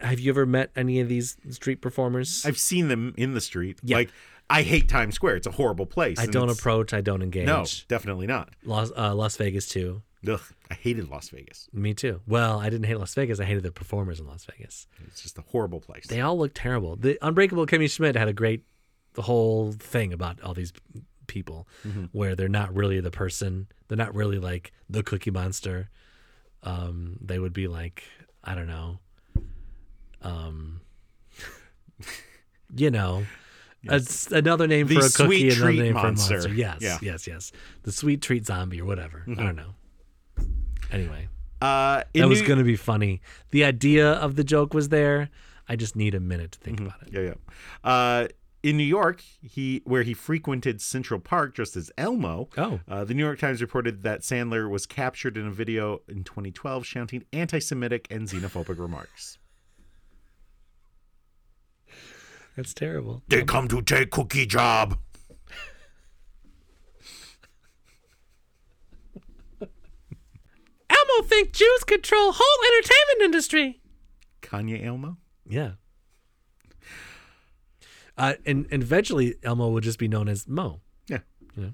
have you ever met any of these street performers? I've seen them in the street. Like I hate Times Square. It's a horrible place. I and don't it's- approach. I don't engage. No, definitely not. Las, uh, Las Vegas too. Ugh, I hated Las Vegas. Me too. Well, I didn't hate Las Vegas. I hated the performers in Las Vegas. It's just a horrible place. They all looked terrible. The Unbreakable Kimmy Schmidt had a great the whole thing about all these people Mm-hmm. where they're not really the person. They're not really like the Cookie Monster. Um, they would be like I don't know. Um, you know. It's another name The for a cookie, sweet another treat name for monster. a monster. Yes, Yeah. Mm-hmm. yes, yes. The sweet treat zombie or whatever. I don't know. Anyway. Uh, in That was New- going to be funny. The idea of the joke was there. I just need a minute to think about it. Yeah, yeah. Uh, in New York, he where he frequented Central Park dressed as Elmo. Oh. Uh, the New York Times reported that Sandler was captured in a video in 2012 shouting anti-Semitic and xenophobic remarks. That's terrible. They come to take cookie job. Elmo think Jews control whole entertainment industry. Kanye Elmo. Yeah. Uh, and, and eventually, Elmo would just be known as Mo. Yeah.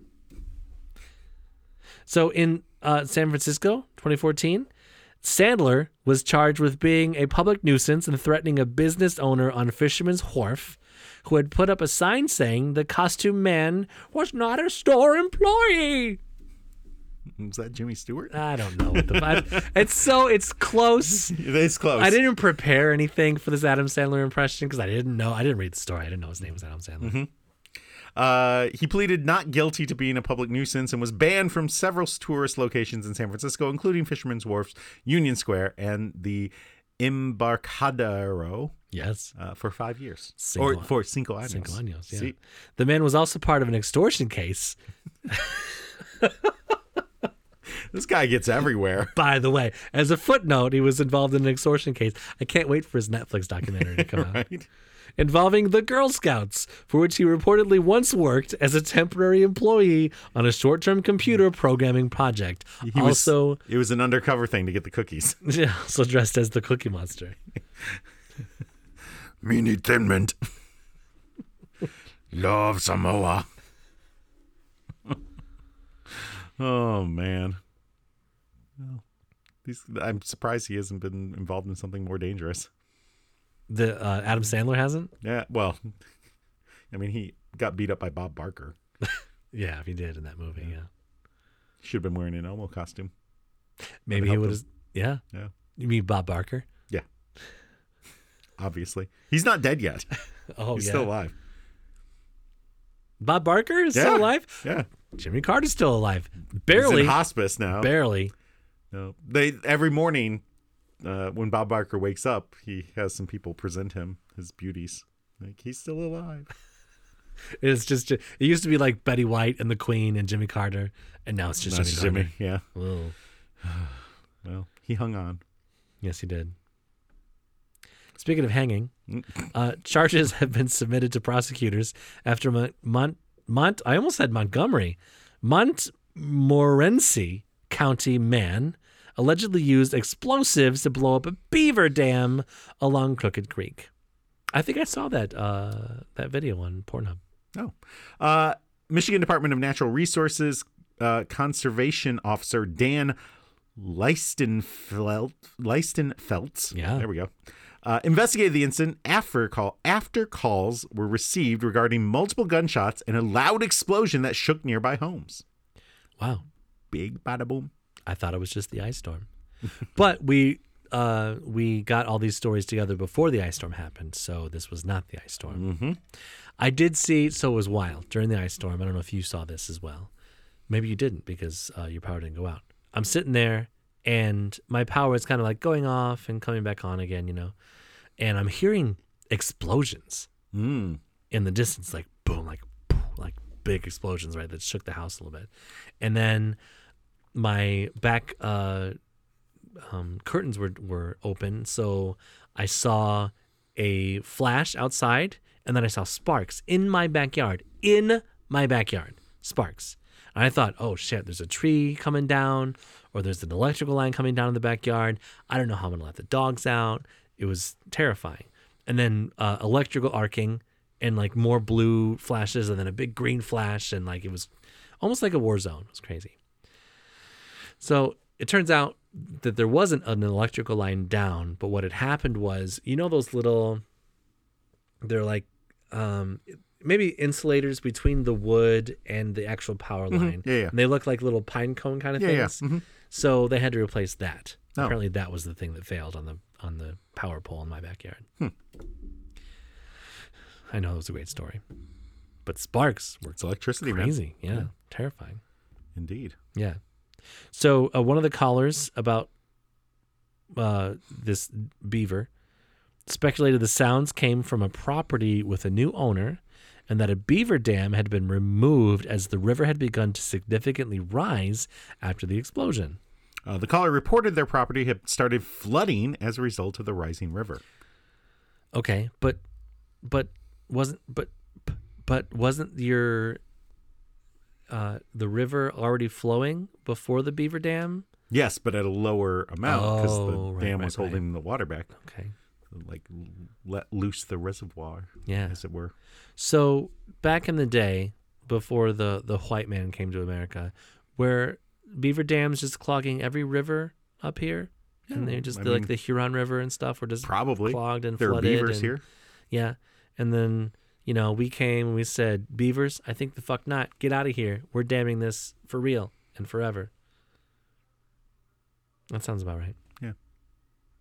So in uh, San Francisco, 2014, Sandler was charged with being a public nuisance and threatening a business owner on Fisherman's Wharf who had put up a sign saying the costume man was not a store employee. Was that Jimmy Stewart? I don't know. What the, I, it's so it's close. it's close. I didn't prepare anything for this Adam Sandler impression because I didn't know. I didn't read the story. I didn't know his name was Adam Sandler. Mm-hmm. Uh, he pleaded not guilty to being a public nuisance and was banned from several tourist locations in San Francisco, including Fisherman's Wharfs, Union Square, and the Embarcadero Yes. uh, for five years. Cinco- or for Cinco Años. Cinco años, yeah. See? The man was also part of an extortion case This guy gets everywhere. by the way. As a footnote, he was involved in an extortion case. I can't wait for his Netflix documentary to come out. Involving the Girl Scouts, for which he reportedly once worked as a temporary employee on a short term computer programming project. He was- also, it was an undercover thing to get the cookies. also dressed as the Cookie Monster. Mini Tinment. Love Samoa. Oh man. Well, these, I'm surprised he hasn't been involved in something more dangerous. The uh, Adam Sandler hasn't. Yeah. Well, I mean, he got beat up by Bob Barker. Yeah, if he did in that movie, yeah, Should have been wearing an Elmo costume. maybe he helped would have. Yeah, Yeah. you mean Bob Barker? Yeah. Obviously. He's not dead yet. Oh He's yeah, still alive. Bob Barker is Yeah. still alive. Yeah. Jimmy Carter's still alive, He's barely, in hospice now. barely. No. They every morning uh, when Bob Barker wakes up, he has some people present him his beauties. Like he's still alive. It's just it used to be like Betty White and the Queen and Jimmy Carter, and now it's just That's Jimmy. Jimmy. Yeah. Carter. Whoa. Well, he hung on. Yes, he did. Speaking of hanging, uh, charges have been submitted to prosecutors after Mon- Mont, Mont I almost said Montgomery, Montmorency County man allegedly used explosives to blow up a beaver dam along Crooked Creek. I think I saw that uh, that video on Pornhub. No. Uh, Michigan Department of Natural Resources uh, Conservation Officer Dan Leistenfeld, Leistenfeltz. Yeah. There we go. Uh, investigated the incident after call after calls were received regarding multiple gunshots and a loud explosion that shook nearby homes. Wow, Big bada boom. I thought it was just the ice storm. but we uh, we got all these stories together before the ice storm happened, so this was not the ice storm. Mm-hmm. I did see, so it was wild during the ice storm. I don't know if you saw this as well. Maybe you didn't because uh, your power didn't go out. I'm sitting there and my power is kind of like going off and coming back on again, you know. And I'm hearing explosions in the distance, like boom, like poof, like big explosions, right? That shook the house a little bit. And then my back uh, um, curtains were were open, so I saw a flash outside, and then I saw sparks in my backyard. In my backyard, sparks. And I thought, oh shit, there's a tree coming down, or there's an electrical line coming down in the backyard. I don't know how I'm gonna let the dogs out. It was terrifying. And then uh, electrical arcing, and like more blue flashes, and then a big green flash, and like it was almost like a war zone. It was crazy. So it turns out that there wasn't an electrical line down, but what had happened was, you know, those little, they're like, um, maybe insulators between the wood and the actual power line. Mm-hmm. Yeah, yeah. And they look like little pine cone kind of Yeah, yeah. things. So they had to replace that. Oh. Apparently, that was the thing that failed on the on the power pole in my backyard. Hmm. I know it was a great story, but sparks were It's electricity, man. crazy. yeah, terrifying. Indeed. Yeah. So uh, one of the callers about uh, this beaver speculated the sounds came from a property with a new owner and that a beaver dam had been removed as the river had begun to significantly rise after the explosion. Uh, the caller reported their property had started flooding as a result of the rising river. Okay, but but wasn't but but wasn't your uh, the river already flowing before the beaver dam? Yes, but at a lower amount because Oh, the right, dam right, was holding the water back, Okay. like let loose the reservoir, Yeah. as it were. So back in the day, before the the white man came to America, where beaver dams just clogging every river up here, and they just I the, like mean- the Huron River and stuff were just Probably clogged and there are flooded. beavers and- here. yeah, and then you know we came and we said, beavers, I think the fuck not, get out of here. We're damming this for real and forever. That sounds about right.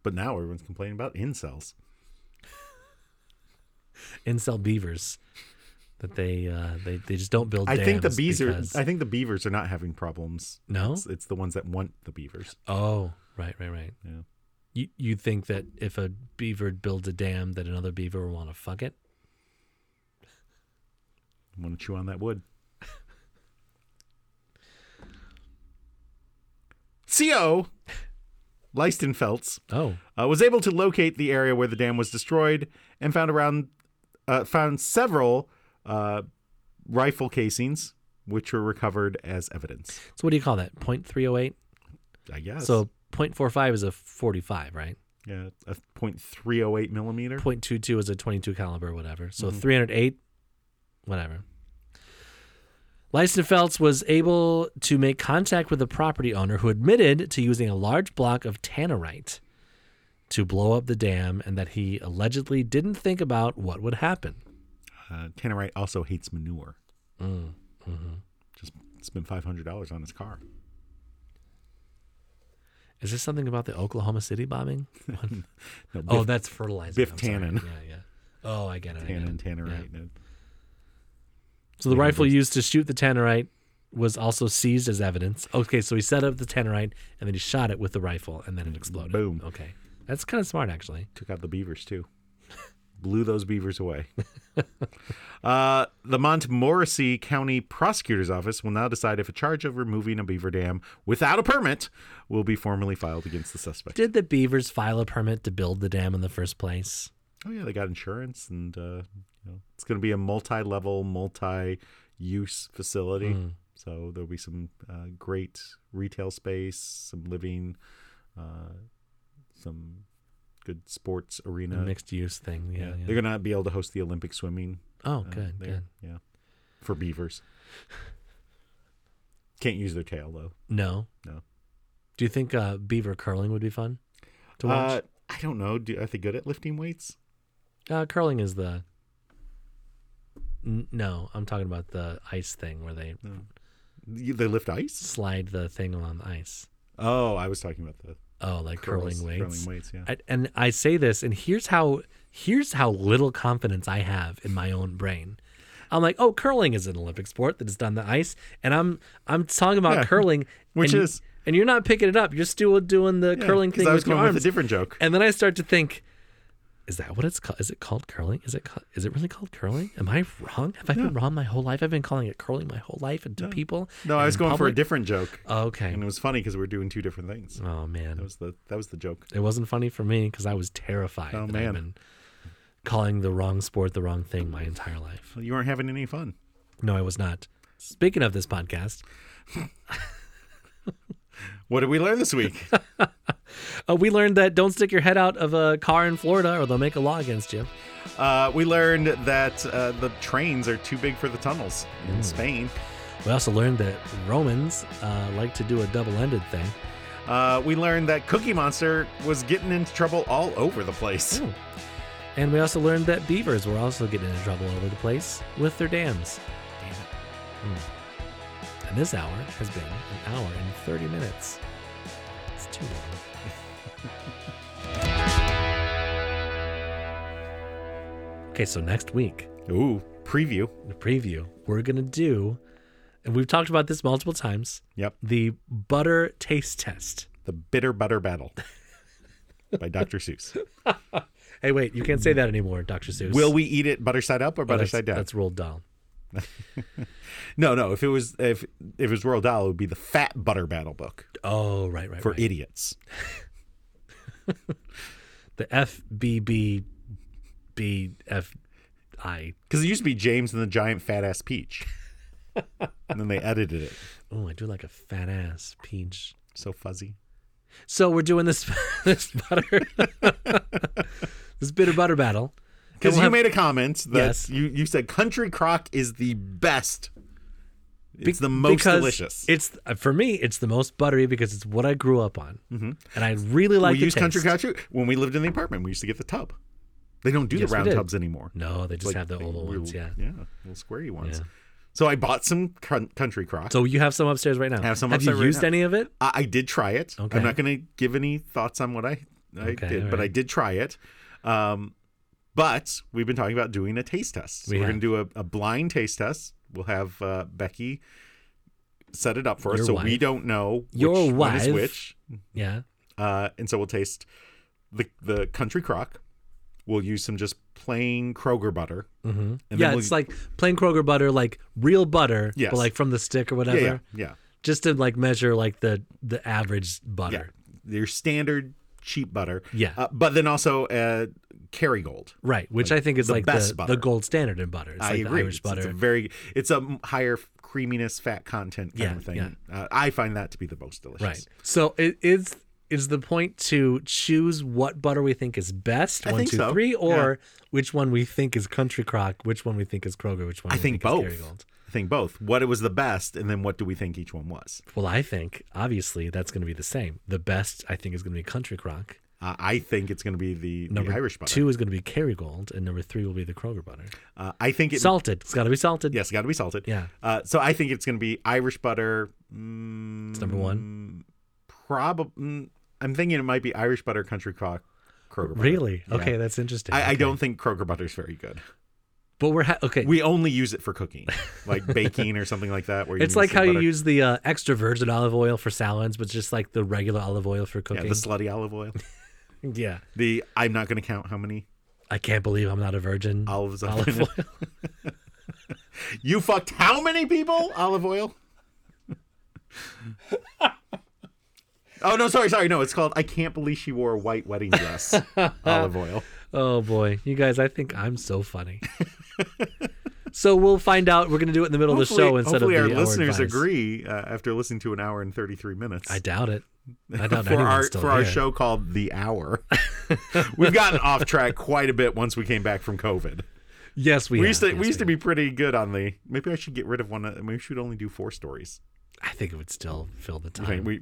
But now everyone's complaining about incels. Incel beavers. That they uh, they they just don't build. I think the dams bees because- are. I think the beavers are not having problems. No? it's, it's the ones that want the beavers. Oh, right, right, right. Yeah. You you think that if a beaver builds a dam, that another beaver will want to fuck it? Want to chew on that wood. Co. Leistenfeltz Oh, uh, was able to locate the area where the dam was destroyed and found around uh, found several uh, rifle casings, which were recovered as evidence. so what do you call that? Point three oh eight. I guess So point four five is a forty five, right? Yeah, a point three oh eight millimeter. Point two two is a twenty two caliber, whatever. So hundred eight, whatever. Leistenfeltz was able to make contact with the property owner who admitted to using a large block of tannerite to blow up the dam and that he allegedly didn't think about what would happen. Uh, Tannerite also hates manure. Mm, mm-hmm. Just spent five hundred dollars on his car. Is there something about the Oklahoma City bombing? No, Biff, oh, that's fertilizer. Biff I'm sorry. Tannen. Yeah, yeah. Oh, I get it. I get Tannen, it. Tannerite. no. So the rifle used to shoot the tannerite was also seized as evidence. Okay, so he set up the tannerite and then he shot it with the rifle and then it exploded. Boom. Okay. That's kind of smart, actually. Took out the beavers too. Blew those beavers away. uh, the Montmorency County Prosecutor's Office will now decide if a charge of removing a beaver dam without a permit will be formally filed against the suspect. Did the beavers file a permit to build the dam in the first place? Oh yeah, they got insurance, and uh, you know, it's going to be a multi-level, multi-use facility. Hmm. So there'll be some uh, great retail space, some living, uh, some good sports The arena. mixed use thing. Yeah. yeah. They're going to be able to host the Olympic swimming. oh, uh, good. there. Good. Yeah, for beavers. Can't use their tail though. No. No. Do you think uh, beaver curling would be fun to watch? Uh, I don't know. Do, are they good at lifting weights? Uh, curling is the. N- no, I'm talking about the ice thing where they Mm. Y- They lift ice. slide the thing along the ice. Oh, I was talking about the Oh, like curls- curling weights. Curling weights, yeah. I, and I say this, and here's how here's how little confidence I have in my own brain. I'm like, oh, curling is an Olympic sport that is done on the ice, and I'm I'm talking about Yeah. curling, Which and- is- and you're not picking it up. You're still doing the Yeah, curling 'cause thing I was with your going arms. with a different joke. And then I start to think, is that what it's called? Is it called curling? Is it ca- is it really called curling? Am I wrong? Have I been wrong my whole life? I've been calling it curling my whole life, and to people. No, and I was in going for a public? different joke, Oh, okay. and it was funny because we were doing two different things. That oh man, was the that was the joke. it wasn't funny for me because I was terrified. Oh, that man. I've been calling the wrong sport the wrong thing my entire life. You weren't having any fun. No, I was not. Speaking of this podcast, What did we learn this week? uh, we learned that don't stick your head out of a car in Florida or they'll make a law against you. uh, we learned that uh, the trains are too big for the tunnels Mm. in Spain. We also learned that Romans uh, like to do a double-ended thing. Uh, we learned that Cookie Monster was getting into trouble all over the place. And we also learned that beavers were also getting into trouble all over the place with their dams. Damn it. Hmm. And this hour has been an hour and 30 minutes. It's too long. okay, so next week, Ooh, preview. in the preview, we're going to do, and we've talked about this multiple times, Yep, the butter taste test. the bitter butter battle by Dr. Seuss. Hey, wait, you can't say that anymore, Dr. Seuss. Will we eat it butter side up or Oh, butter that's- side down? That's rolled down. No, no. If it was if if it was Roald Dahl, it would be the Fat Butter Battle Book Oh, right, right, for right. idiots. the FBBBFI. Because it used to be James and the Giant Fat Ass Peach, and then they edited it. Oh, I do like a fat ass peach. So fuzzy. So we're doing this this butter this bitter butter battle. And Because we'll you made have- a comment that Yes. you you said country crock is the best. It's the most because delicious. It's uh, for me. It's the most buttery because it's what I grew up on, mm-hmm. and I really like we the used country taste. crock too. when we lived in the apartment. We used to get the tub. They don't do Yes, the we round did. tubs anymore. No, they just Like, have the they- oval little- ones. Yeah. yeah, little squarey ones. Yeah. So I bought some cun- country crock. So you have some upstairs right now. I have some you upstairs right used now. any of it? I, I did try it. Okay. I'm not going to give any thoughts on what I, I Okay, did, all but I right. did try it. Um, but we've been talking about doing a taste test. So We we're going have. to do a, a blind taste test. We'll have uh, Becky set it up for Your us so we wife. don't know which Your one is wife. which. Yeah. Uh, and so we'll taste the, the country crock. We'll use some just plain Kroger butter. Mm-hmm. And then yeah, we'll- it's like plain Kroger butter, like real butter, Yes. but like from the stick or yeah, whatever. yeah, yeah. just to like measure like the the average butter. Yeah. Your standard cheap butter. Yeah. Uh, but then also uh, Kerrygold. Right, which I think is the like best the, butter. the gold standard in butter. It's I like agree. the Irish It's- butter. It's a very, it's a m- higher creaminess, fat content kind Yeah, of thing. yeah. Uh, I find that to be the most delicious. right. So it is is the point to choose what butter we think is best, I one, think two, three, so. or which one we think is country crock, which one we think is Kroger, which one I we think both. is Kerrygold. I think both. What it was the best, and then what do we think each one was? Well, I think obviously that's gonna be the same. The best I think is gonna be country crock. Uh, I think it's going to be the, the Number Irish butter. two is gonna be Kerrygold, and number three will be the Kroger butter. Uh, I think it. salted. It's gotta be salted. Yes, got to be salted. Yeah. Uh, so I think it's going to be Irish butter. Mm, It's number one. probably. I'm thinking it might be Irish butter, country crock, Kroger. Butter. Really? Yeah. Okay, that's interesting. I, I Okay. don't think Kroger butter is very good. But we're ha- okay. We only use it for cooking, like baking or something like that. Where you It's need like some how you butter. use the uh, extra virgin olive oil for salads, but just like the regular olive oil for yeah, cooking. the slutty olive oil. Yeah. The I'm not going to count how many I can't believe I'm not a virgin. olives. I've olive been- oil. you fucked how many people? Olive oil. oh no, sorry, sorry. No, it's called I can't believe she wore a white wedding dress. olive oil. Oh boy, you guys! I think I'm so funny. so we'll find out. We're gonna do it in the middle Hopefully, of the show instead of hopefully the our hour listeners advice. agree uh, after listening to an hour and 33 minutes. I doubt it. I doubt for anyone's our still for our here. show called The Hour. We've gotten off track quite a bit once we came back from COVID. Yes, we. We have. used to Yes, we used to have. be pretty good on the. Maybe I should get rid of one. Of, maybe we should only do four stories. I think it would still fill the time. I mean, we.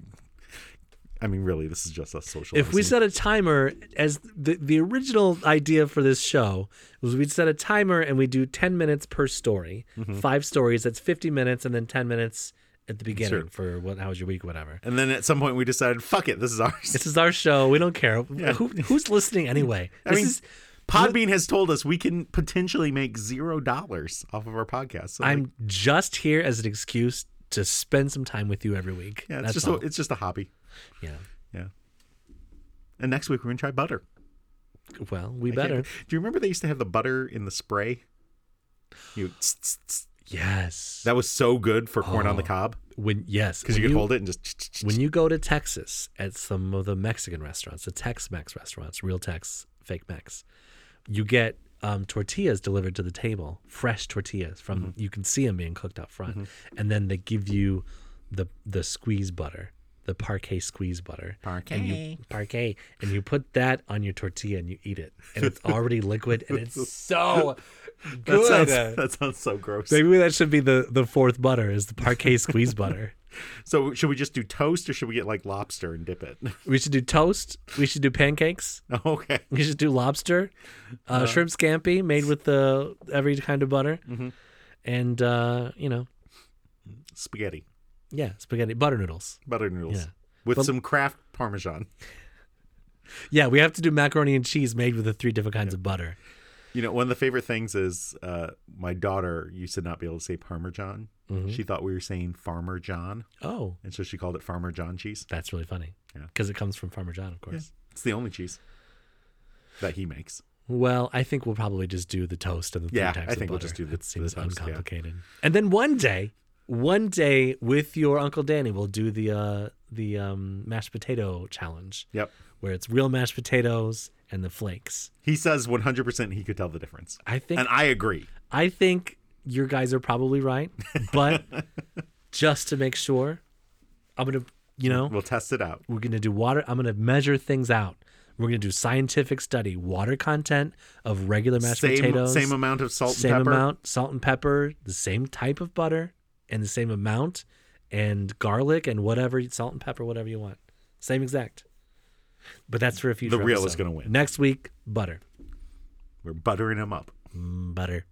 I mean, really, this is just us social. if we set a timer as the, the original idea for this show was we'd set a timer and we do 10 minutes per story Mm-hmm. five stories that's 50 minutes and then 10 minutes at the beginning Sure. for what how was your week whatever and then at some point we decided, fuck it, this is ours. this is our show we don't care Who, who's listening anyway this mean, is Podbean has told us we can potentially make zero dollars off of our podcast. So like, I'm just here as an excuse to spend some time with you every week. yeah, it's That's just a, all. it's just a hobby. yeah. Yeah. And next week we're gonna try butter. Well, we I can't- better. Do you remember they used to have the butter in the spray? You tss, tss, tss. Yes. that was so good for corn on the Oh. cob when yes, because when you could hold it and just. tss, tss, tss. When you go to Texas at some of the Mexican restaurants, the Tex-Mex restaurants, real Tex, fake Mex, you get um, tortillas delivered to the table, fresh tortillas from Mm-hmm. you can see them being cooked out front, and then they give you the the squeeze butter, the parquet squeeze butter, parquet, and you, parquet, and you put that on your tortilla and you eat it, and it's already liquid and it's so that good. sounds, that sounds so gross. Maybe that should be the the fourth butter is the parquet squeeze butter. So should we just do toast or should we get like lobster and dip it? We should do toast. We should do pancakes. okay. We should do lobster, uh, shrimp scampi made with the every kind of butter, and uh, you know, Spaghetti, yeah, spaghetti butter noodles. butter noodles Yeah. with But- some Kraft Parmesan. Yeah, we have to do macaroni and cheese made with the three different kinds of butter. You know, one of the favorite things is uh, my daughter used to not be able to say Parmesan. She thought we were saying Farmer John, Oh, and so she called it Farmer John cheese. that's really funny Yeah. because it comes from Farmer John, of course. It's the only cheese that he makes. Well, I think we'll probably just do the toast and the Yeah, three types I of think we'll butter. just do the- that seems the toast, yeah. uncomplicated. And then one day, one day with your uncle Danny, we'll do the uh, the um, mashed potato challenge. Yep. where it's real mashed potatoes and the flakes. He says 100% he could tell the difference. I think and I agree. I think your guys are probably right, but just to make sure, I'm gonna you know We'll test it out. we're gonna do water. I'm gonna measure things out. We're gonna do scientific study, water content of regular mashed Same, potatoes, same amount of salt same and pepper. amount, salt and pepper, the same type of butter, and the same amount, and garlic and whatever salt and pepper, whatever you want, same exact. But that's for a future. real is episode. gonna win. next week. Butter, We're buttering him up. Mm, butter.